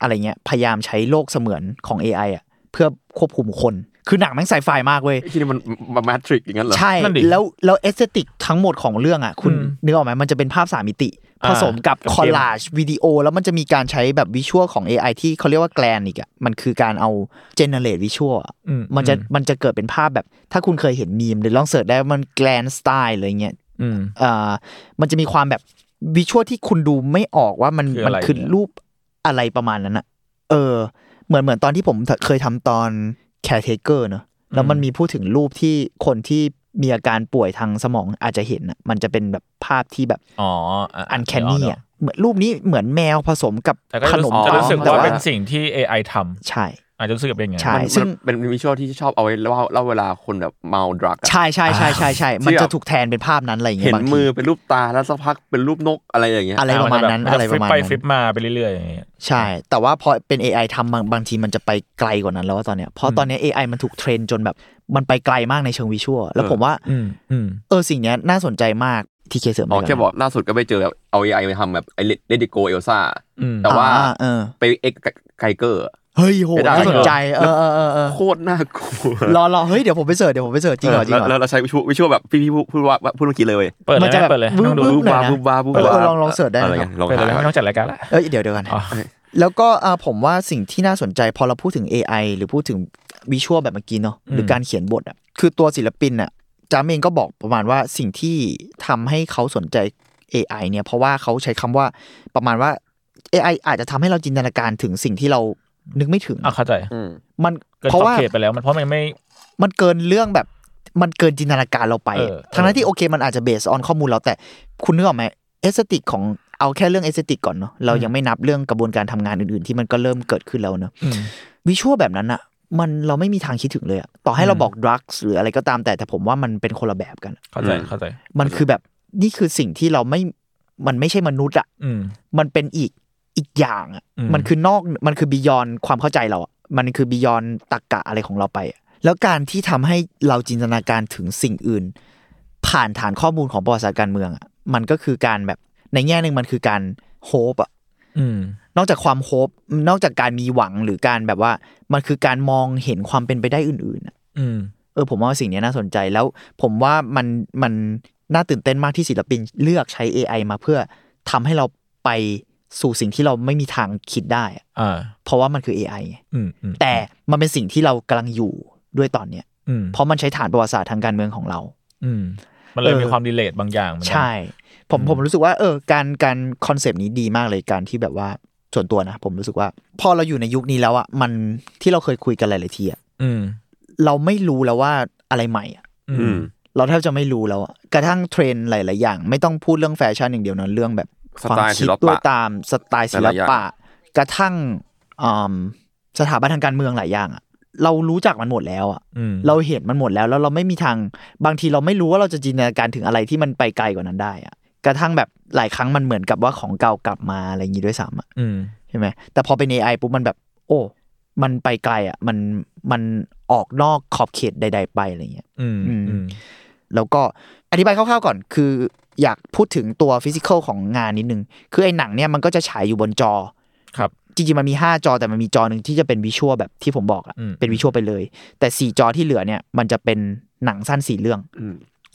Speaker 4: อะไรเงี้ยพยายามใช้โลกเสมือนของ AI อ่ะเพื่อควบคุมคน คือหนังแม่งไซไฟมากเว้ย
Speaker 3: ไอ้ที่นี่มันมาแมทริกอย่างนั้นเหรอ
Speaker 4: ใช่
Speaker 2: นั่นดิ
Speaker 4: แล้วแล้วเอสเตติกทั้งหมดของเรื่องอ่ะ คุณ
Speaker 2: อืม
Speaker 4: นึกออกไหมมันจะเป็นภาพสามมิติ
Speaker 2: อ่า
Speaker 4: ผสมกับ
Speaker 2: กับเกม
Speaker 4: คอลลาจวิดีโอ แล้วมันจะมีการใช้แบบวิชวลของ AI ที่เขาเรียกว่าแกลนอีกอ่ะ มันคือการเอาเจเนเรตวิชวล
Speaker 2: อื
Speaker 4: มันจะ
Speaker 2: อื
Speaker 4: มันจะเกิดเป็นภาพแบบ ถ้าคุณเคยเห็นมีมหรือลองเสิร์ชได้ว่ามันแกลนสไตล์อะไรเงี้ย
Speaker 2: อืม
Speaker 4: เอ่อมันจะมีความแบบวิชวลที่คุณดูไม่ออกว่ามัน
Speaker 2: คือ
Speaker 4: มั
Speaker 2: อะไร
Speaker 4: คือ
Speaker 2: เนี่ย
Speaker 4: รูปอะไรประมาณนั้นอ่ะ เออ เหมือนเหมือนตอนที่ผมเคยทำตอนแค r e เทเกอร์เนอะ แล้วมันมีพูดถึงรูปที่คนที่มีอาการป่วยทางสมองอาจจะเห็นน่ะมันจะเป็นแบบภาพที่แบบ
Speaker 2: อ๋อ
Speaker 4: อันแคนนี่อ่ะเหมือนรูปนี้เหมือนแมวผสมกับ
Speaker 2: แต่ก็
Speaker 4: ขนม
Speaker 2: จะรู้สึก
Speaker 4: แต่
Speaker 2: ว่าเป็นสิ่งที่ AI ทำ
Speaker 4: ใช่
Speaker 2: อาจจะรู้สึกแบบเป็นอย่างนั้น
Speaker 4: ใช่
Speaker 3: มัน
Speaker 4: ซึ่ง
Speaker 3: มันเป็นวิชวลที่ชอบเอาไว้เล่าเล่าเวลาคนแบบเมาดรักอะ
Speaker 4: ใช่ใช่ใช่ใช่ใช่
Speaker 3: ที่แบบ
Speaker 4: มันจะถูกแทนเป็นภาพนั้นอะไรอย่างเงี้
Speaker 3: เห็น
Speaker 4: ยบางที
Speaker 3: มือเป็นรูปตาแล้วสักพักเป็นรูปนกอะไรอย่างเงี้ย
Speaker 4: อะไรประมาณนั้น
Speaker 2: จ
Speaker 4: อะไรประมาณ
Speaker 2: ฟลิปไป
Speaker 4: นั้
Speaker 2: ฟลิป
Speaker 4: น
Speaker 2: มาไปเรื่อยๆอย่างเงี้ย
Speaker 4: ใช่ แต่ว่าพอเป็น AI ทำบางบางทีมันจะไปไกลกว่านั้นแล้วว่าตอนเนี้ยเพราะตอนเนี้ย AI มันถูกเทรนจนแบบมันไปไกลมากในเชิงวิชวลแล้ว
Speaker 3: เออ
Speaker 4: ผมว่า
Speaker 2: อืมอืม
Speaker 4: เออสิ่งเนี้ยน่าสนใจมากทีเคเสริมไป
Speaker 3: อ๋อ
Speaker 4: ก่น
Speaker 3: แค่บอกล่าสุดก็ไปเจอแบบเอา AI ไปทำแบบไอเลดิโกเอลซ่า
Speaker 2: อืม
Speaker 3: แต่ว่า
Speaker 4: อ่เออ
Speaker 3: ไปเอ็กไกเกอร์
Speaker 4: เฮ้ยโห
Speaker 3: ไม่ได้
Speaker 4: น่าสนใจเออเออเออเออ
Speaker 3: โคตรน่ากลัว
Speaker 4: รอรอเฮ้ยเดี๋ยวผมไปเสิร์ชเดี๋ยวผมไปเสิร์ชจริงเหรอจริงเหร
Speaker 3: แล้ว
Speaker 4: อ
Speaker 3: เราใช้วิชวลวิชวลแบบพี่พี่พูดพูดว่าพูดเมื่อกี้เลยเว้ย
Speaker 2: เปิดเล
Speaker 4: มั
Speaker 2: ย
Speaker 4: นจะ
Speaker 2: ไหมเปิดเลย
Speaker 4: แบบ
Speaker 2: ต้องดู
Speaker 4: วึ้
Speaker 3: บู
Speaker 4: หน่
Speaker 3: บา
Speaker 4: อยนะ
Speaker 3: บูบาบู
Speaker 4: เออบ
Speaker 3: า
Speaker 4: ลองลองเสิร์ชได้นะ
Speaker 3: อะไรอย่างเงี้ยลอง
Speaker 2: เปิดเลย
Speaker 3: หา
Speaker 2: ไม่ต้องจัดรายการละ
Speaker 4: เอ้ยเดี๋ยวเดี๋ยวกัน
Speaker 2: อ๋อ
Speaker 4: แล้วก็อ่าผมว่าสิ่งที่น่าสนใจพอเราพูดถึง AI หรือพูดถึงวิชวลแบบเมื่อกี้เนาะหรือการเขียนบทอ่ะคือตัวศิลปินอ่ะจามเองก็บอกประมาณว่าสิ่งที่ทำให้เขาสนใจ AI เนี่ยเพราะว่าเขาใช้คำว่าประมาณว่า AI อาจจะทำให้เราจินตนาการถึงสิ่งที่เรานึกไม่ถึง
Speaker 2: อ่ะเข้าใจ
Speaker 3: อืม
Speaker 4: มัน
Speaker 2: เกินข
Speaker 4: เพราะ
Speaker 2: อบ
Speaker 4: ว่า
Speaker 2: เขตไปแล้วมันเพราะมันไม่
Speaker 4: มันเกินเรื่องแบบมันเกินจินตนาการเราไป
Speaker 2: เอ
Speaker 4: อะ
Speaker 2: อ
Speaker 4: ทั้งนั้น
Speaker 2: เอ
Speaker 4: ที่
Speaker 2: อ
Speaker 4: โอเคมันอาจจะเบสออนข้อมูลเราแต่คุณนึกออกไหมเอสติกของเอาแค่เรื่องเอสติกก่อนเนาะเรายังไม่นับเรื่องกระบวนการทำงานอื่นๆ ที่มันก็เริ่มเกิดขึ้นแล้วเนาะ
Speaker 2: อืม
Speaker 4: วิชวลแบบนั้นอะมันเราไม่มีทางคิดถึงเลยอะต่อให้เรา
Speaker 2: อืม
Speaker 4: บอกดรักหรืออะไรก็ตามแต่แต่ผมว่ามันเป็นคนละแบบกัน
Speaker 2: เข้าใจ
Speaker 3: อืม
Speaker 2: เข้าใจ
Speaker 4: มันคือแบบนี่คือสิ่งที่เราไม่มันไม่ใช่มนุษย์อะ
Speaker 2: อืม
Speaker 4: มันเป็นอีกอีกอย่างอ่ะ
Speaker 2: อืม
Speaker 4: มันคือนอก มันคือบิยอนความเข้าใจเราอะมันคือบิยอนตรกกะอะไรของเราไปอะแล้วการที่ทำให้เราจินตนาการถึงสิ่งอื่น ผ่านฐานข้อมูลของประวัติศาสตร์การเมืองอะมันก็คือการแบบในแง่หนึ่งมันคือการโฮปอะ
Speaker 2: อืม
Speaker 4: นอกจากความโฮปนอกจากการมีหวังหรือการแบบว่า มันคือการมองเห็นความเป็นไปได้อื่นๆอะ
Speaker 2: อืม
Speaker 4: เออผมว่าสิ่งเนี้ยน่าสนใจแล้ว ผมว่ามันมันน่าตื่นเต้นมากที่ศิลปินเลือกใช้ AI มาเพื่อทำให้เราไปสู่สิ่งที่เราไม่มีทางคิดได้อะ
Speaker 2: อ่า
Speaker 4: เพราะว่ามันคือ AI ไง
Speaker 2: อืมอืม
Speaker 4: แต่มันเป็นสิ่งที่เรากำลังอยู่ด้วยตอนเนี้ย
Speaker 2: อืม
Speaker 4: เพราะมันใช้ฐานประวัติศาสตร์ทางการเมืองของเรา
Speaker 2: อืม มันเลย
Speaker 4: เออ
Speaker 2: มีความดีเลทบางอย่างเหมือนกัน
Speaker 4: ใช่ ผมผมรู้สึกว่าเออการการคอนเซปต์นี้ดีมากเลยการที่แบบว่าส่วนตัวนะ ผมรู้สึกว่า พอเราอยู่ในยุคนี้แล้วอะมันที่เราเคยคุยกันหลายๆทีอะ
Speaker 2: อืม
Speaker 4: เราไม่รู้แล้วว่าอะไรใหม่อะ
Speaker 2: อื
Speaker 3: อื
Speaker 2: ม
Speaker 3: ม
Speaker 4: เราแทบจะไม่รู้แล้วอะกระทั่งเทรนด์หลาย ๆ อย่าง ไม่ต้องพูดเรื่องแฟชั่นอย่างเดียวนะเรื่องแบบ
Speaker 3: ส
Speaker 4: ความ
Speaker 3: ไตล์
Speaker 4: คิ
Speaker 3: ศิ
Speaker 4: ด
Speaker 3: ล
Speaker 4: ด้วย
Speaker 3: ปะ
Speaker 4: ตามสไตล์ศิ
Speaker 3: ห
Speaker 4: ล
Speaker 3: ลายๆอย่าง
Speaker 4: ปะ กระทั่งอืมสถาบันทางการเมืองหลายอย่างอะเรารู้จักมันหมดแล้วอะ
Speaker 2: อืม
Speaker 4: เราเห็นมันหมดแล้วแล้วเราไม่มีทางบางทีเราไม่รู้ว่าเราจะจินตนาการถึงอะไรที่มันไปไกลกว่านั้นได้อะกระทั่งแบบหลายครั้งมันเหมือนกับว่าของเก่ากลับมาอะไรอย่างนี้ด้วยซ้ำอะ
Speaker 2: อืม
Speaker 4: ใช่ไหมแต่พอเป็น AI ปุ๊บมันแบบ โอ้ มันไปไกลอ่ะ มันมันออกนอกขอบเขตใด ๆ ไปอะไรเงี้ย
Speaker 2: อืม อืม
Speaker 4: แล้วก็อธิบายคร่าวๆก่อน คืออยากพูดถึงตัวฟิสิกอลของงานนิดนึง คือไอ้หนังเนี่ยมันก็จะฉายอยู่บนจอ
Speaker 2: ครับ
Speaker 4: จริงๆมันมี 5 จอแต่มันมีจอหนึ่งที่จะเป็นวิชวลแบบที่ผมบอกอะ
Speaker 2: อืม
Speaker 4: เป็นวิชวลไปเลย แต่ 4 จอที่เหลือเนี่ยมันจะเป็นหนังสั้น 4 เรื่อง
Speaker 3: อืม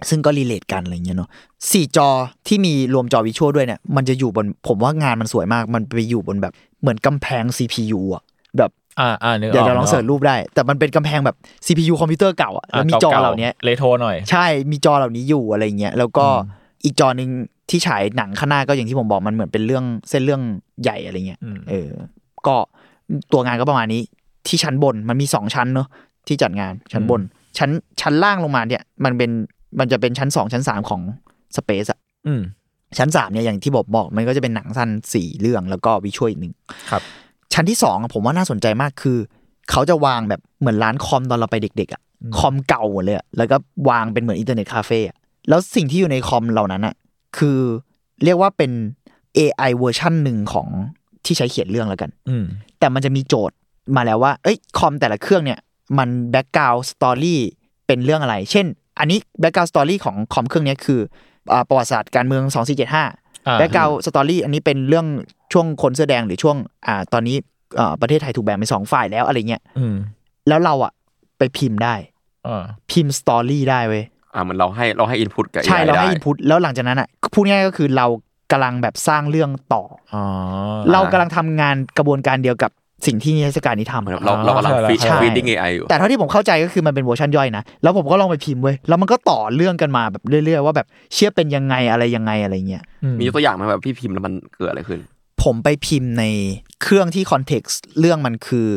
Speaker 4: ซึ่งก็รีเลทกันอะไรเงี้ยเนาะสี่จอที่มีรวมจอวิชวลด้วยเนี่ย มันจะอยู่บนผมว่างานมันสวยมาก มันไปอยู่บนแบบเหมือนกำแพง CPU อะแบบ
Speaker 2: อ่า อ่านึกก
Speaker 4: เดี๋ยวเราลองเสิร์ช
Speaker 2: นึกก
Speaker 4: รูปได้ แต่มันเป็นกำแพงแบบ CPU คอมพิวเตอร์เก่าอะแล้วมีจอ
Speaker 2: ก่ๆ
Speaker 4: เหล่านี้
Speaker 2: เลโทหน่อย
Speaker 4: ใช่ มีจอเหล่านี้อยู่อะไรเงี้ย แล้วก็อีกจอหนึ่งที่ฉายหนังข้างหน้าก็อย่างที่ผมบอกมันเหมือนเป็นเรื่องเส้นเรื่องใหญ่อะไรเงี้ย
Speaker 2: อืม
Speaker 4: เออ ก็ตัวงานก็ประมาณนี้ ที่ชั้นบนมันมีสองชั้นเนอะที่จัดงานชั้นบน ชั้นชั้นล่างลงมาเนี่ย มันเป็นมันจะเป็นชั้นสองชั้นสามของสเปซอะ
Speaker 2: อืม
Speaker 4: ชั้นสามเนี่ยอย่างที่บอกบอกมันก็จะเป็นหนังสั้นสี่เรื่องแล้วก็วิชวลอีกหนึ่ง
Speaker 2: ครับ
Speaker 4: ชั้นที่สองอะผมว่าน่าสนใจมากคือ เขาจะวางแบบเหมือนร้านคอมตอนเราไปเด็กๆอะคอมเก่าหมดเลยอะแล้วก็วางเป็นเหมือนอินเทอร์เน็ตคาเฟ่อะแล้วสิ่งที่อยู่ในคอมเหล่านั้นอะคือเรียกว่าเป็น AI เวอร์ชันหนึ่งของที่ใช้เขียนเรื่องแล้วกัน
Speaker 2: อืม
Speaker 4: แต่มันจะมีโจทย์มาแล้วว่า เอ้ย คอมแต่ละเครื่องเนี่ย มันแบ็กกราวสตอรี่เป็นเรื่องอะไร เช่น อันนี้แบ็กกราวสตอรี่ของคอมเครื่องเนี้ยคืออ่าประวัติศาสตร์การเมือง
Speaker 2: อ่า
Speaker 4: 2475แบ็กกราวสตอรี่อันนี้เป็นเรื่องช่วงคนเสื้อแดงหรือช่วงอ่าตอนนี้อ่าประเทศไทยถูกแบ่งเป็นสองฝ่ายแล้วอะไรเงี้ย
Speaker 2: อืม
Speaker 4: แล้วเราอะไปพิมพ์ได้
Speaker 2: อ่า
Speaker 4: พิมพ์สตอรี่ได้เว้ย
Speaker 3: อ่ามันเราให้เราให้อินพุตกับ
Speaker 4: ใช่
Speaker 3: AI
Speaker 4: เราให้
Speaker 3: ได้
Speaker 4: อินพุตแล้วหลังจากนั้นอะพูดง่ายๆก็คือเรากำลังแบบสร้างเรื่องต่อ
Speaker 2: อ๋อ
Speaker 4: เรากำลังทำงานกระบวนการเดียวกับสิ่งที่นิทรรศการนี้ทำ
Speaker 3: เหมือนเรา
Speaker 2: อ่า
Speaker 3: เรากำลังฟีด
Speaker 2: ใช่
Speaker 3: ฟีดดิ้งเอไออยู่
Speaker 4: แต่เท่าที่ผมเข้าใจก็คือมันเป็นเวอร์ชันย่อยนะ แล้วผมก็ลองไปพิมพ์เว้ย แล้วมันก็ต่อเรื่องกันมาแบบเรื่อยๆ ว่าแบบเชื่อเป็นยังไงอะไรยังไงอะไรเงี้ย
Speaker 2: อื
Speaker 3: มียกตัวอย่างไหมแบบพี่พิมพ์แล้วมันเกิดอะไรขึ้น
Speaker 4: ผมไปพิมพ์ในเครื่องที่คอนเท็กซ์เรื่องมันคือ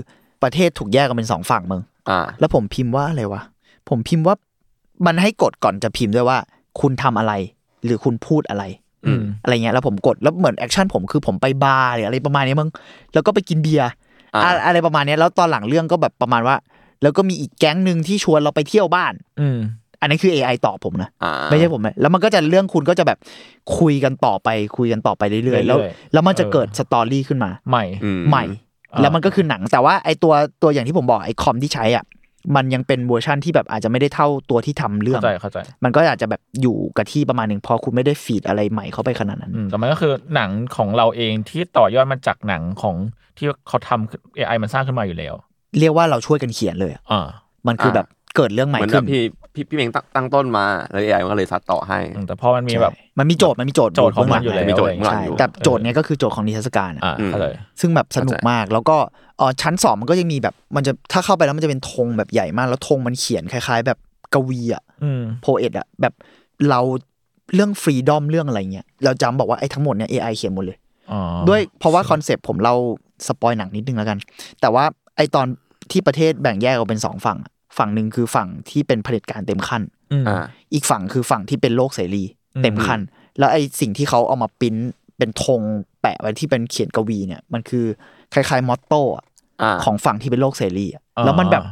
Speaker 4: ประเทศถูกแยกกันเป็นสองฝั่งมึง
Speaker 3: อ่า
Speaker 4: แล้วผมพิมพ์ว่าอะไรวะ ผมพิมพ์ว่ามันให้กดก่อนจะพิมพ์ด้วยว่า คุณทำอะไร หรือคุณพูดอะไร
Speaker 2: อืม
Speaker 4: อะไรเงี้ย แล้วผมกด แล้วเหมือนแอคชั่นผมคือผมไปบาร์หรืออะไรประมาณนี้มึง แล้วก็ไปกินเบียร์
Speaker 3: อ่า
Speaker 4: อะอะไรประมาณเนี้ยแล้วตอนหลังเรื่องก็แบบประมาณว่า แล้วก็มีอีกแก๊งหนึ่งที่ชวนเราไปเที่ยวบ้าน
Speaker 2: อืม
Speaker 4: อันนี้นคือ AI ตอบผมนะ
Speaker 3: อ่า
Speaker 4: ไม่ใช่ผมนะแล้วมันก็จะเรื่องคุณก็จะแบบคุยกันต่อไปคุยกันต่อไปเรื่อยๆ แล้ว
Speaker 2: เรื่อยๆ
Speaker 4: แล้วมันจะ
Speaker 2: เออ
Speaker 4: เกิดสตอรี่ขึ้นมา
Speaker 2: ใหม่
Speaker 3: อืม
Speaker 4: ใหม่
Speaker 2: อ่า
Speaker 4: แล้วมันก็คือหนังแต่ว่าไอตัวตัวอย่างที่ผมบอกไอคอมที่ใช้อ่ะมันยังเป็นเวอร์ชั่นที่แบบอาจจะไม่ได้เท่าตัวที่ทำเรื่อง
Speaker 2: เข้าใจเข้าใจ
Speaker 4: มันก็อาจจะแบบอยู่กับที่ประมาณหนึ่งพอคุณไม่ได้ฟีดอะไรใหม่เข้าไปขนาดนั้น
Speaker 2: อืมแต่มันก็คือหนังของเราเองที่ต่อยอดมาจากหนังของที่เขาทำ AI มันสร้างขึ้นมาอยู่แล้ว
Speaker 4: เรียกว่าเราช่วยกันเขียนเลยอะ
Speaker 2: อ่า
Speaker 4: มันคือแบบเกิดเรื่องใหม่
Speaker 3: เหมือนแบ
Speaker 4: ขึ้
Speaker 3: บ
Speaker 4: น
Speaker 3: พี่พี่พี่เมงตั้งตั้งต้นมาแล้ว AI มันก็เลยซัดต่อให้
Speaker 2: อืมแต่พอมันมี
Speaker 4: ใช่
Speaker 2: แบบ
Speaker 4: มันมีโจทย์มันมีโจทย์
Speaker 2: โจทย์ของมันอยู่แล้ว
Speaker 3: มีโจทย์ข้างหลัง
Speaker 4: ใช่
Speaker 3: อยู่
Speaker 4: แต่โจทย์เนี้ยก็คือโจทย์ของนิทรรศการอะ
Speaker 2: อ่า
Speaker 3: อืม
Speaker 2: เข้าใจ
Speaker 4: ซึ่งแบบสนุก
Speaker 3: เข้าใจ
Speaker 4: มากแล้วก็เออชั้นสองมันก็ยังมีแบบมันจะถ้าเข้าไปแล้วมันจะเป็นธงแบบใหญ่มาก แล้วธงมันเขียนคล้าย ๆ แบบกวีอะ
Speaker 2: อืม
Speaker 4: โพเอตอะแบบเราเรื่องฟรีดอมเรื่องอะไรเงี้ยเราจำบอกว่าไอ้ทั้งหมดเนี่ย AI เขียนหมดเลย
Speaker 2: อ๋อ
Speaker 4: ด้วยเพราะว่าคอนเซปต์ผมเราสปอยหนังนิดนึงแล้วกัน แต่ว่าไอ้ตอนที่ประเทศแบ่งแยกออกเป็นสองฝั่งอะฝั่งหนึ่งคือฝั่งที่เป็นเผด็จการเต็มขั้น
Speaker 2: อืม
Speaker 3: อ่า
Speaker 4: อีกฝั่งคือฝั่งที่เป็นโลกเสรี
Speaker 2: อืม
Speaker 4: เต็มคัน แล้วไอ้สิ่งที่เขาเอามาปริ้นเป็นธงแปะไว้ที่เป็นเขียนกวีเนี่ย มันคือคล้ายๆมอตโต้อะ
Speaker 3: อ่า
Speaker 4: ของฝั่งที่เป็นโลกเสรีอะแล้วมันแบบ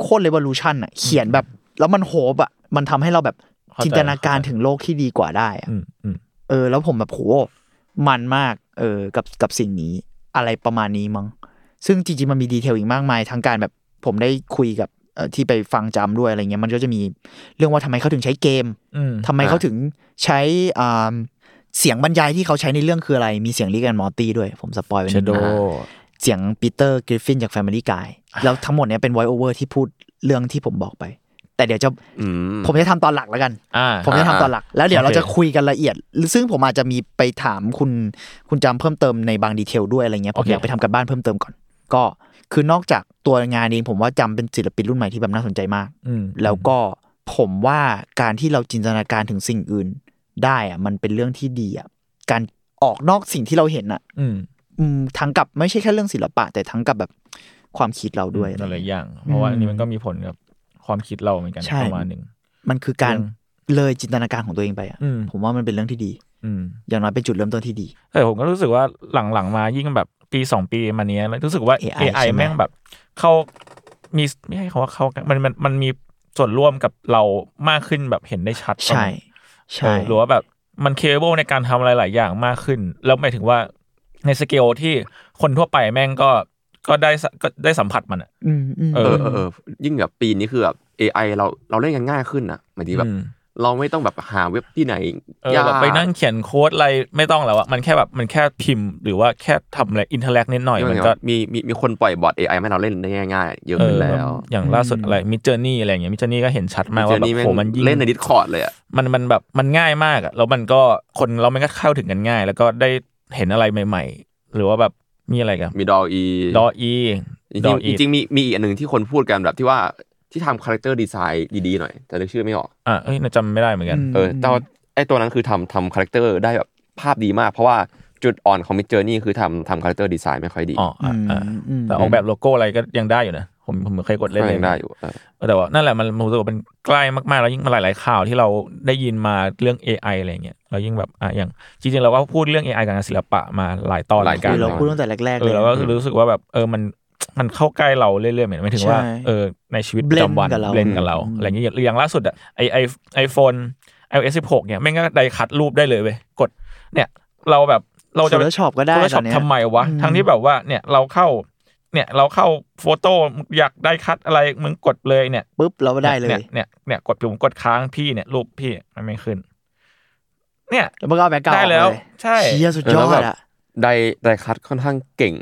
Speaker 4: โคตรเรวอลูชันอะเขียนแบบ แล้วมันโฮปอะมันทำให้เราแบบ
Speaker 2: เข้ใจ
Speaker 4: จินตนาการถึงโลกที่ดีกว่าได้อะ
Speaker 2: อืมอืม
Speaker 4: เออ แล้วผมแบบโหมันมาก เออกับกับสิ่งนี้อะไรประมาณนี้มั้งซึ่งจริงๆมันมีดีเทลอีกมากมายทางการแบบผมได้คุยกับเอ่อที่ไปฟังจำด้วยอะไรเงี้ยมันก็จะมีเรื่องว่าทำไมเขาถึงใช้เกม
Speaker 2: อืม
Speaker 4: ทำไมเขาถึงใช้อ่าเสียงบรรยายที่เขาใช้ในเรื่องคืออะไร มีเสียงลิกแอนมอร์ตี้ด้วย ผมสปอยไว้นิดนึง
Speaker 2: Shadow
Speaker 4: นะเสียงปีเตอร์กริฟฟินจาก Family Guy แล้วทั้งหมดเนี้ยเป็นไวโอเวอร์ที่พูดเรื่องที่ผมบอกไป แต่เดี๋ยวจะ
Speaker 3: อืม
Speaker 4: ผมจะทำตอนหลักแล้วกัน
Speaker 2: อ่า
Speaker 4: ผมจะทำตอนหลัก แล้วเดี๋ยวเรา
Speaker 2: โอเค
Speaker 4: จะคุยกันละเอียด ซึ่งผมอาจจะมีไปถามคุณคุณจำเพิ่มเติมในบางดีเทลด้วยอะไรเงี้ยผมอยากไปทำกันบ้านเพิ่มเติมก่อน ก็คือนอกจากตัวงานเองผมว่าจำเป็นศิลปินรุ่นใหม่ที่แบบน่าสนใจมาก
Speaker 2: อืม
Speaker 4: แล้วก็ผมว่าการที่เราจินตนาการถึงสิ่งอื่นได้อะมันเป็นเรื่องที่ดีอะการออกนอกสิ่งที่เราเห็นอะ
Speaker 2: อืม
Speaker 4: อืมทั้งกับไม่ใช่แค่เรื่องศิลปะ แต่ทั้งกับแบบความคิดเราด้วย
Speaker 2: ห
Speaker 4: อะไร
Speaker 2: ลายๆอ
Speaker 4: เงี้ย
Speaker 2: ย่าง เพราะว่า
Speaker 4: อืม
Speaker 2: อันนี้มันก็มีผลกับความคิดเราเหมือนกัน
Speaker 4: ใช่
Speaker 2: ประมาณหนึ่ง
Speaker 4: มันคือการ
Speaker 2: เรื่อง
Speaker 4: เลยจินตนาการของตัวเองไปอะ
Speaker 2: อืม
Speaker 4: ผมว่ามันเป็นเรื่องที่ดี
Speaker 2: อืม
Speaker 4: อย่างน้อยเป็นจุดเริ่มต้นที่ดี
Speaker 2: แต่ผมก็รู้สึกว่าหลังๆมายิ่งแบบปีสองปีมาเนี้ยรู้สึกว่า
Speaker 4: AI
Speaker 2: AI
Speaker 4: ใช่ไหม
Speaker 2: แม่งแบบเข้ามีไม่ใช่เขาว่าเข้ากันมันมันมันมีส่วนร่วมกับเรามากขึ้นแบบเห็นได้ชัด
Speaker 4: ใช่
Speaker 2: เอ
Speaker 4: ใช่
Speaker 2: อหรือว่าแบบมันเคเบิลในการทำอะไรหลายอย่างมากขึ้น แล้วหมายถึงว่าในสเกลที่คนทั่วไปแม่งก็ก็ได้สก็ได้สัมผัสมันอะ
Speaker 4: อืมอืม
Speaker 2: เอ
Speaker 3: เออเออเออยิ่งแบบปีนี้คือแบบ AI เราเราเล่นกันง่ายขึ้นอะหมายถึงแบบ
Speaker 2: อืม
Speaker 3: เราไม่ต้องแบบหาเว็บที่ไหน
Speaker 2: เออแบบไปนั่งเขียนโค้ดอะไรไม่ต้องแล้วอะมันแค่แบบมันแค่พิมพ์ หรือว่าแค่ทำอะไรอินเทอร์แลกนิดหน่อย
Speaker 3: ยัง
Speaker 2: มั
Speaker 3: ไง
Speaker 2: น
Speaker 3: วะ
Speaker 2: ก็
Speaker 3: มีมีมีคนปล่อยบอท AI ให้เราเล่นได้ง่าย ๆ เยอะขึ้นแล้ว
Speaker 2: อย่างล่าสุดอะไรมิเจอร์นี่อะไรอย่างเงี้ยมิเจอร์นี่ก็เห็นชัดมากว่า
Speaker 3: Midjourney
Speaker 2: แบบ
Speaker 3: แม่ง
Speaker 2: โหมันยิ่ง
Speaker 3: เล่นใน Discord เลยอะ
Speaker 2: มันมันแบบมันง่ายมากอะแล้วมันก็คนเราไม่ก็เข้าถึงกันง่าย แล้วก็ได้เห็นอะไรใหม่ ๆ หรือว่าแบบมีอะไรกัน
Speaker 3: มีดออี
Speaker 2: ดออี
Speaker 3: จริ
Speaker 2: ดอง อี
Speaker 3: ๆจริงๆมีมีอีกอันหนึ่งที่คนพูดกันแบบที่ว่าที่ทำคาแรคเตอร์ดีไซน์ดีๆหน่อย แต่นึกชื่อไม่ออก
Speaker 2: อ่ะเอ้ยน่าจำไม่ได้เหมือนกัน
Speaker 4: อืม
Speaker 3: เออแต่ว่าไอตัวนั้นคือทำทำคาแรคเตอร์ได้แบบภาพดีมาก เพราะว่าจุดอ่อนของมิจเจอร์นี่คือทำทำคาแรคเตอร์ดีไซน์ไม่ค่อยดี
Speaker 2: อ๋ออ่ะ
Speaker 4: อืม
Speaker 2: อ่ะ
Speaker 4: อืม
Speaker 2: แต่ออกแบบโลโก้อะไรก็ยังได้อยู่นะโห ผมผมเคยกดเล่น
Speaker 3: ก็
Speaker 2: เล
Speaker 3: ยั
Speaker 2: ย
Speaker 3: งได้อยู่เออ
Speaker 2: เออแต่ว่านั่นแหละมันมันรู้สึกว่ามันใกล้มากๆ แล้วยิ่งมาหลาย ๆ ข่าวที่เราได้ยินมาเรื่อง AI อะไรเงี้ยเรายิ่งแบบอ่ะอย่างจริงๆเราก็พูดเรื่อง AI กับงานศิลปะมาหลายตอนเห
Speaker 3: หลา
Speaker 2: มือนกัน
Speaker 3: ยตอ
Speaker 4: คือเราพูดตั้งแต่แรกๆ
Speaker 2: เอ
Speaker 4: เล
Speaker 2: อย เราก็คือรู้สึกว่าแบบเออมันมันเข้าใกล้เราเรื่อยๆเหมือนไม่ถึงว่า
Speaker 4: ใช่
Speaker 2: เออในชีวิตประจำวัน
Speaker 4: blend กับเรา
Speaker 2: เล่นกับเรา
Speaker 4: อืม
Speaker 2: อะไรเงี้ยอย่างอย่างล่าสุดอะไอไอไอโฟน iOS 16เนี่ยไม่งั้นก็ได้คัดรูปได้เลยเว้ยกดเนี่ยเราแบบเราจะ
Speaker 4: โฟโต้ช็อปก็ได้
Speaker 2: โฟโต้ช็อป
Speaker 4: ตอนเนี้ย
Speaker 2: ทำไมวะ
Speaker 4: อืม
Speaker 2: ทั้งที่แบบว่าเนี่ยเราเข้าเนี่ยเราเข้าโฟโต้อยากได้คัดอะไรมึงกดเลยเนี่ย
Speaker 4: ปุ๊บเราก็ได้เลย
Speaker 2: เนี่ยเนี่ยเนี่ยกดปุ่มกดค้างพี่เนี่ยรูปพี่มันไม่ขึ้น เนี่ย
Speaker 4: แล้วมันก็เอาแบ็คกราวด์
Speaker 2: ได้แล้ว
Speaker 4: ออกมา
Speaker 2: ใช่
Speaker 4: เชียสุดยอ
Speaker 3: แล้ว
Speaker 4: ด
Speaker 3: แบบ
Speaker 4: อ่ะ
Speaker 3: ได้ได้คัดค่อนข้างเก่ง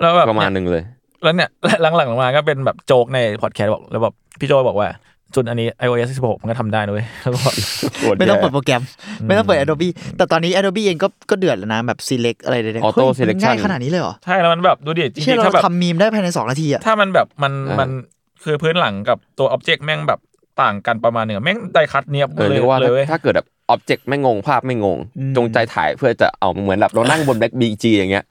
Speaker 2: แล้วแบบ
Speaker 3: ประมาณห
Speaker 2: เนี่ย
Speaker 3: นึ่งเลย
Speaker 2: แล้วเนี่ย (laughs) หลังๆลงมาก็เป็นแบบโจกในพอดแคสต์บอกแล้วแบบพี่โจบอกว่าจุดอันนี้ iOS 16มันก็ทำได้นะเว้ย (laughs) แล้วก็บอก
Speaker 4: ไม่ต้องเปิดโปรแกรม ไม่ต้องเปิด Adobe แต่ตอนนี้ Adobe เองก็ก็เดือดแล้วนะแบบ select อะไรใดๆ
Speaker 3: Auto
Speaker 4: เฮ้ย
Speaker 3: selection
Speaker 4: ง่ายขนาดนี้เลยเหรอ
Speaker 2: ใช่แล้วมันแบบดูดิจริ
Speaker 4: เชื่อง
Speaker 2: ๆ
Speaker 4: เรา
Speaker 2: ถ้าแบบ
Speaker 4: ทำมีมได้ภายใน 2 นาทีอ่ะ
Speaker 2: ถ้ามันแบบมัน
Speaker 3: อ่ามั
Speaker 2: มันคือพื้นหลังกับตัวอ็อบเจกต์แม่งแบบต่างกันประมาณหนึ่งอะแม่งไดคัดเนียบ
Speaker 3: เออ
Speaker 2: เลย
Speaker 3: เรียกว่า
Speaker 2: เลยเว้ย
Speaker 3: ถ้าเกิดแบบอ็อบเจกต์ไม่งงภาพไม่งง
Speaker 4: อืม
Speaker 3: จงใจถ่ายเพื่อจะเอาเหมือนแบบเรานั่งบนแบ็คบีจีอย่างเงี้ย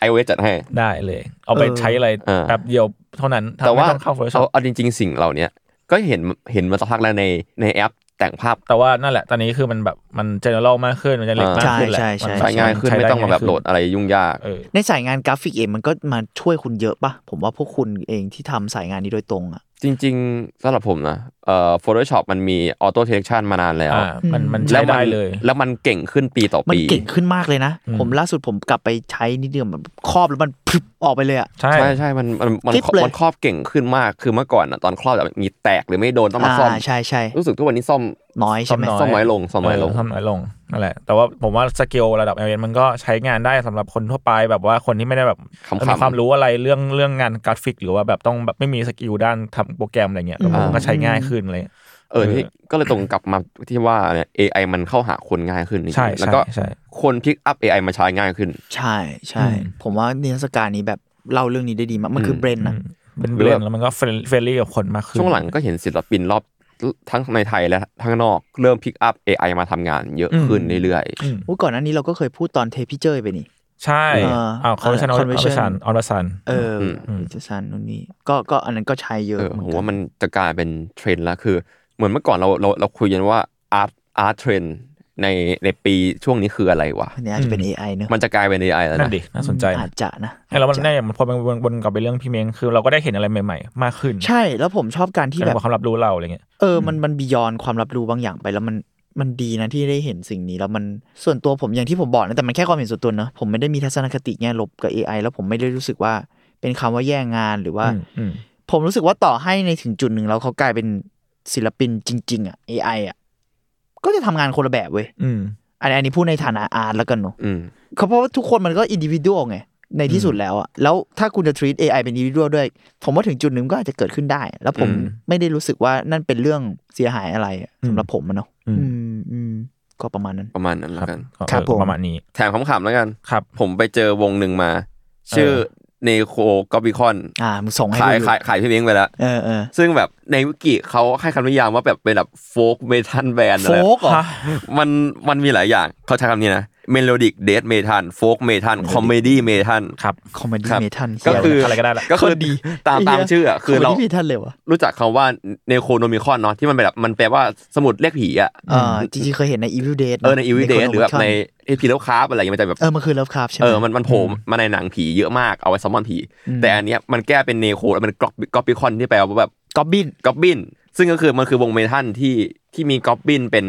Speaker 3: ไอเวจัดให้
Speaker 2: ได้เลย เอาไป
Speaker 4: เออ
Speaker 2: ใช้อะไร
Speaker 3: เออ
Speaker 2: แป๊บเดียวเท่านั้นทำ
Speaker 3: แต่
Speaker 2: ไม่
Speaker 3: ว่า
Speaker 2: ต้องเข้า
Speaker 3: เอา
Speaker 2: Photoshop
Speaker 3: เอาจริง ๆ สิ่งเหล่าเนี้ยก็เห็นเห็นมาสักพักแล้วในในแอปแต่งภาพ
Speaker 2: แต่ว่านั่นแหละ ตอนนี้คือมันแบบมันเจเนอเรลมากขึ้น มันจะเล็กมาก
Speaker 4: ใช่
Speaker 2: ขึ้นแหละ
Speaker 4: ใช่
Speaker 2: มัน
Speaker 4: ใช่
Speaker 3: ใช้ง่ายขึ้น
Speaker 2: ใช้
Speaker 3: ไม่
Speaker 2: ด้
Speaker 3: ต้องมาแบบโหลดอะไรยุ่งยาก
Speaker 2: เออ
Speaker 4: ในสายงานกราฟิกเองมันก็มาช่วยคุณเยอะปะผมว่าพวกคุณเองที่ทำสายงานนี้โดยตรงอ่ะ
Speaker 3: จริง ๆสำหรับผมนะเอ่อ Photoshop มันมี Auto Selection มานานแล้ว
Speaker 2: อ่ามันมัน
Speaker 3: แล้
Speaker 2: ใช้
Speaker 3: วมั
Speaker 2: ได้เลย
Speaker 3: แล้วมันเก่งขึ้นปีต่อ
Speaker 4: มัน
Speaker 3: ปี
Speaker 4: เก่งขึ้นมากเลยนะ ผมล่าสุดผมกลับไปใช้นิดเดียวแบบครอบแล้วมันพรึบออกไปเลยอ่ะ
Speaker 2: ใช่
Speaker 3: ใช่ใช่มันมันมัน
Speaker 4: จิ๊บเลย
Speaker 3: มันครอบเก่งขึ้นมากคือเมื่อก่อนอะตอนครอบแบบมีแตกหรือไม่โดนต้องมาซ่อม
Speaker 4: ใช่ใช่
Speaker 3: รู้สึกทุกวันนี้ซ่อม
Speaker 4: น้อยใช่ไหม
Speaker 2: ซ่อมน้
Speaker 3: ซ่อมน้อยลงซ่อมน้อยลง
Speaker 2: เทำน้อยลงนั่นแหละ แต่ว่าผมว่าสกิลระดับเอเวนมันก็ใช้งานได้สำหรับคนทั่วไปแบบว่าคนที่ไม่ได้แบบ
Speaker 3: ขำๆ
Speaker 2: มีความรู้อะไรเรื่องเรื่องงานกราฟิก หรือว่าแบบต้องแบบไม่มีสกิลด้านทำโปรแกรมอะไรเงี้ย
Speaker 4: อืม
Speaker 2: มันก็ใช้ง่ายขึ้นเลย
Speaker 3: เออที่ก็เลยตรงกลับมาที่ว่าเนี่ย AI มันเข้าหาคนง่ายขึ้นจริงๆ
Speaker 2: ใช่ใช่
Speaker 3: แล้วก็
Speaker 2: ใช่
Speaker 3: คนพิกอัพ AI มาใช้ง่ายขึ้น
Speaker 4: ใช่ใช่ผมว่านิทรรศการนี้แบบเล่าเรื่องนี้ได้ดีมากมันคือเบรนอะ
Speaker 2: เป็น
Speaker 3: ห
Speaker 2: เบ
Speaker 3: รื
Speaker 2: ร
Speaker 3: อแบบ
Speaker 2: นแล้วมันก็เฟรนลี่กับคนมากขึ้น
Speaker 3: ช่วงหลังก็เห็นศิลปินรอบทั้งในไทยและทั้งนอกเริ่มพิกอัพ AI มาทำงานเยอะขึ้นเรื่อยๆ
Speaker 4: อุ๊ยก่อนหน้านี้เราก็เคยพูดตอนเทพี่เจ้ยไปนี่
Speaker 2: ใช่
Speaker 4: เออ
Speaker 2: เอาคอนเวอร์ชันออ
Speaker 4: Conversion
Speaker 2: ร์ชันออร์ชัน
Speaker 4: เอออ
Speaker 3: ม
Speaker 4: วิจารณ์สารนู่นนี่ก็ก็อันนั้นก็ใช้เยอะ
Speaker 3: เออ
Speaker 4: เหมือ
Speaker 3: ผ
Speaker 4: น
Speaker 3: ม
Speaker 4: กั
Speaker 3: ว่าน มันจะกลายเป็นเทรนด์แล้วคือ เหมือนเมื่อก่อนเราเราเราคุยกันว่าอาร์ตอาร์ตเทรนในในปีช่วงนี้คืออะไรวะ
Speaker 4: อันนี้อาจจะเป็น AI เนอะ
Speaker 3: มันจะกลายเป็น AI แล้ว
Speaker 2: นั่
Speaker 3: นะ
Speaker 2: นดิ น่าสนใจ
Speaker 4: อาจจะนะ
Speaker 2: แล้วมัน
Speaker 4: อาจจะ
Speaker 2: แน่ยมันพอมันวนกลับไปเรื่องพี่เม้งคือเราก็ได้เห็นอะไรใหม่ๆ มากขึ้น
Speaker 4: ใช่แล้วผมชอบการที่
Speaker 2: ที่แบ
Speaker 4: แบบ บ
Speaker 2: ความรับรู้เราอะไรเงี้ย
Speaker 4: เออ มันมันบียอนความรับรู้บางอย่างไปแล้วมันมันดีนะที่ได้เห็นสิ่งนี้แล้วมันส่วนตัวผมอย่างที่ผมบอกนะแต่มันแค่ความเห็นส่วนตัวเนอะผมไม่ได้มีทัศนคติแง่ลบกับ AI แล้วผมไม่ได้รู้สึกว่าเป็นคำว่าแย่งงานหรือว่า
Speaker 2: อืมอืม
Speaker 4: ผมรู้สึกว่าต่อให้ในถึงจุดหนึ่งแล้วเขากลายเป็นศิลปินจริง ๆอ่ะ AI อ่ะก็จะทำงานคนละแบบเว้ย
Speaker 2: อืม
Speaker 4: อันนี้อันนี้พูดในฐานะอาร์ตแล้วกันเนอะ
Speaker 3: อืม
Speaker 4: เขาเพราะว่าทุกคนมันก็อินดิวิด a l ไง ในที่สุดแล้วอะแล้วถ้าคุณจะ treat AI เป็น individual ด้วย ผมว่าถึงจุดหนึ่งก็อาจจะเกิดขึ้นได้ แล้วผม
Speaker 3: อืม
Speaker 4: ไม่ได้รู้สึกว่านั่นเป็นเรื่องเสียหายอะไรอะสำหรับผมมันเนาะ
Speaker 2: อืม
Speaker 4: อืมอืมก็ประมาณนั้น
Speaker 3: ประมาณนั้นแล้วกัน
Speaker 2: ก็เออ
Speaker 4: ครับผม
Speaker 2: ประมาณนี้
Speaker 3: แถมคำๆแล้วกัน
Speaker 2: ครับ
Speaker 3: ผมไปเจอวงหนึ่งมา ชื่อเนโคกอบิคอน
Speaker 4: อ่ามึงส่งให้
Speaker 3: ขาย
Speaker 4: ดู
Speaker 3: ขายขายพี่เม้งไปแล้ว
Speaker 4: เออเออ
Speaker 3: ซึ่งแบบในวิกิเขาให้คำนิยามว่าแบบเป็นแบบโฟกเมทัลแบนด์
Speaker 4: โฟกเหรอ
Speaker 3: มันมันมีหลายอย่างเขาใช้คำนี้นะเมโลดิกเดทเมทัลโฟกเมทัลคอมเมดี้เมทัล
Speaker 2: ครับ
Speaker 4: คอมเมดี้
Speaker 3: ครับ
Speaker 4: เมทัล
Speaker 3: ก็คือ
Speaker 2: อะไรก็ได้แหละ
Speaker 3: ก็คือดีตามตามชื่ออะคือเรา
Speaker 4: คอมเมดี้เมทัลเลยวะ
Speaker 3: รู้จักคำว่าเนโคโนมิคอนเนาะที่มันแบบมันแปลว่าสมุดเรียกผีอ่ะ
Speaker 4: เออจริงๆเคยเห็นใน Evil Dead
Speaker 3: เออในอีวิเดนหรือแบบในเอพีแล้วคราฟอะไรอย่างเงี้ยมันจะแบบ
Speaker 4: เออมันคือ Lovecraft ใช่ไหม
Speaker 3: เออมันมันโผล่มาในหนังผีเยอะมากเอาไว้ซัมมอนผี แต่อันเนี้ยมันแก้เป็นเนโคแล้วมันกอบกอบบิคอนที่แปลว่าแบบ
Speaker 4: กอบบิน
Speaker 3: กอบบิน ซึ่งก็คือมันคือวงเมทัลที่ที่มีกอบบินเป็น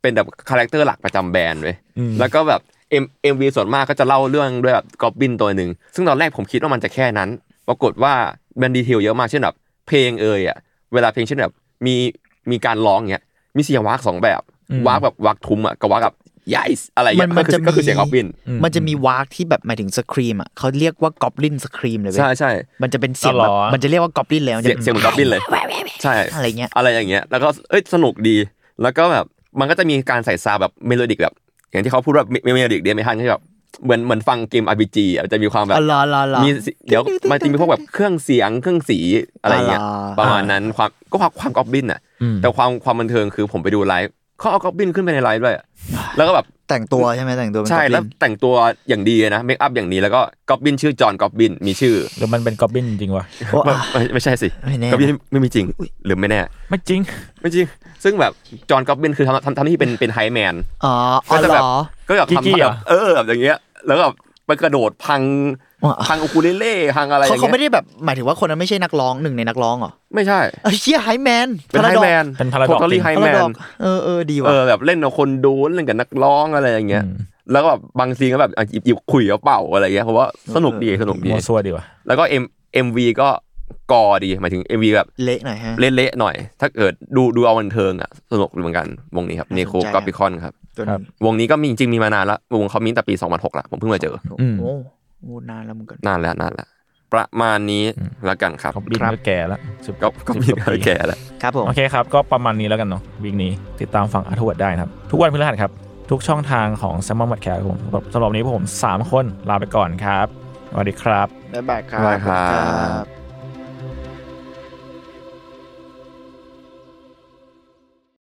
Speaker 3: เป็นแบบคาแรคเตอร์หลักประจำแบรนด์เว้ยแล้วก็แบบเอ็มเอ็มวีส่วนมากก็จะเล่าเรื่องด้วยแบบกอบบินตัวหนึ่งซึ่งตอนแรกผมคิดว่ามันจะแค่นั้น ปรากฏว่ามันดีเทลเยอะมากเช่นแบบเพลงเอ่ยอ่ะเวลาเพลงเช่นแบบมีมีการร้องเงี้ยมีเสียงวากสองแบบวากแบบวากทุ้มอ่ะกับวากแบบยายอะไร
Speaker 4: มั
Speaker 3: เงี้
Speaker 4: น
Speaker 3: ย
Speaker 4: มันจะ
Speaker 3: ก็คือก็คือเสียงกอบบิน
Speaker 4: มันจะมีวากที่แบบหมายถึงสครีมอ่ะเขาเรียกว่ากอบลินสครีมเลยเว้ย
Speaker 3: ใช่ใช่
Speaker 4: มันจะเป็นเสียง
Speaker 2: อ๋อเหร
Speaker 4: แบบ
Speaker 2: อ
Speaker 4: มันจะเรียกว่ากอบลินแล้ว
Speaker 3: เสียงเสียงเหมือนกอบบินเลย ใช่
Speaker 4: อะไรเงี้ย
Speaker 3: อะไรอย่างเงี้ย แล้วก็ เอ้ย สนุกดี แล้วก็แบบ มันก็จะมีการใส่ซาวด์แบบเมโลดิกแบบ อย่างที่เขาพูดว่าเมโลดิกเดียไม่ทันก็แบบ เหมือน เหมือนฟังเกม RPG อ่ะจะมีความแบบ
Speaker 4: อ๋อเหรอเหรอเหรอ
Speaker 3: มีสิเดี๋ยว มันจะมีพวกแบบเครื่องเสียง เครื่องสี อะไรอย่างเงี้ยป
Speaker 4: อ๋อเหรอ
Speaker 3: ระมาณนั้น ความ
Speaker 4: (sighs)
Speaker 3: ก็ความความกอบบินอ่ะ แต่ความความบันเทิงคือผมไปดูไลฟ์เขาเอากอบบินขึ้นไปในไลฟ์ด้วยอะ แล้วก็แบบ
Speaker 4: แต่งตัวใช่ไหมแต่งตัวเป็น
Speaker 3: ใช่
Speaker 4: กอบลิน
Speaker 3: แล้วแต่งตัวอย่างดีเลยนะเมคอัพอย่างดีแล้วก็ก๊อบบินชื่อจอห์นก๊อบบินมีชื่อ
Speaker 2: หรือมันเป็นกอบบินจริงวะ
Speaker 4: โอ้
Speaker 3: ไม่
Speaker 4: อ่ะ
Speaker 3: ไม่ไม่ใช่สิ
Speaker 4: ไม่แน่
Speaker 3: ก๊อบบินไม่มีจริงอุ๊ยหรือไม่แน่
Speaker 2: ไม่จริง
Speaker 3: ไม่จริง ซึ่งแบบจอห์นก๊อบบินคือทำทำทำหน้าที่เป็นเป็นไฮแมน
Speaker 4: อ๋ออ๋
Speaker 3: ก็
Speaker 4: อ
Speaker 3: จะ
Speaker 4: เห
Speaker 3: แบ
Speaker 4: ร
Speaker 3: บ
Speaker 4: อ
Speaker 3: ก็แบบ
Speaker 2: กิ๊กๆ
Speaker 3: ทำ
Speaker 2: เห
Speaker 3: แบ
Speaker 2: รอ
Speaker 3: บเออแบบอย่างเงี้ย แล้วแบบไปกระโดดพัง
Speaker 4: ว้า
Speaker 3: พังอูคูเลเล่พังอะไรอ
Speaker 4: เขา
Speaker 3: ย่าง
Speaker 4: เขา
Speaker 3: เงี้ย
Speaker 4: ไม่ได้แบบหมายถึงว่าคนนั้นไม่ใช่นักร้องหนึ่งในนักร้องเหรอ
Speaker 3: ไม่ใช่
Speaker 4: เอ้ยเชี่ยไฮแมน
Speaker 3: เป็นไฮแมน
Speaker 2: เป็น Paradox
Speaker 3: โท
Speaker 2: จ
Speaker 3: อ
Speaker 2: ริ
Speaker 3: รี่
Speaker 2: ง
Speaker 3: ไฮ
Speaker 4: พา
Speaker 3: แม
Speaker 4: ราด
Speaker 3: น
Speaker 4: อกเออเออดี
Speaker 3: เอ
Speaker 4: ว่ะ
Speaker 3: อแบบเล่นกับคนดูเล่นกับนักร้องอะไรอย่างเงี้ย
Speaker 2: อืม
Speaker 3: แล้วก็แบบบางซีนก็แบบอ่ะหยิบหยิบคุยกระเป๋าอะไรเงี้ยเพราะว่าสนุกดีสนุกดี
Speaker 2: มัวซัวดีวะ
Speaker 3: แล้วก็เอ็มเอ็มวีก็กอดีหมายถึงเอ็มวีแบบ
Speaker 4: เละหน่อยฮะ
Speaker 3: เละๆหน่อย ถ้าเกิดดูดูเอาบันเทิงอ่ะสนุกเหมือนกันวงนี้ครับเนโค
Speaker 4: น่าสนใจ
Speaker 3: กอปิคอนครับ
Speaker 4: ตัว
Speaker 2: ครับ
Speaker 4: นี้
Speaker 3: วงนี้ก็มีจริงๆมีมานานละวงเขามีตั้งแต่ปี2006ละผมเพิ่งมาเจอ
Speaker 2: อืม
Speaker 4: โอ้โหนานแล้วเหมึงกัน
Speaker 3: นั่นแหละนั่นแหละประมาณนี้แล้วกันครับ
Speaker 2: กอบบิน
Speaker 4: ครับ
Speaker 2: ก็แก่ละสิบ
Speaker 3: ก็ก็มี
Speaker 2: สิบว่า
Speaker 3: การ
Speaker 2: ปี
Speaker 3: แก่แล้ว
Speaker 4: ครับผม
Speaker 2: โอเคครับ ก็ประมาณนี้แล้วกันเนาะวีคนี้ ติดตามฟังอาร์ทเวดได้นะครับ ทุกวันพฤหัสครับ ทุกช่องทางของ s ซมมอนบัตแคร์ผมสำหรับวันนี้พวกผม 3 คนลาไปก่อนครับสวัสดีครับ
Speaker 4: บ๊ายบายครั
Speaker 3: บ๊ายบายครับ
Speaker 4: ครับ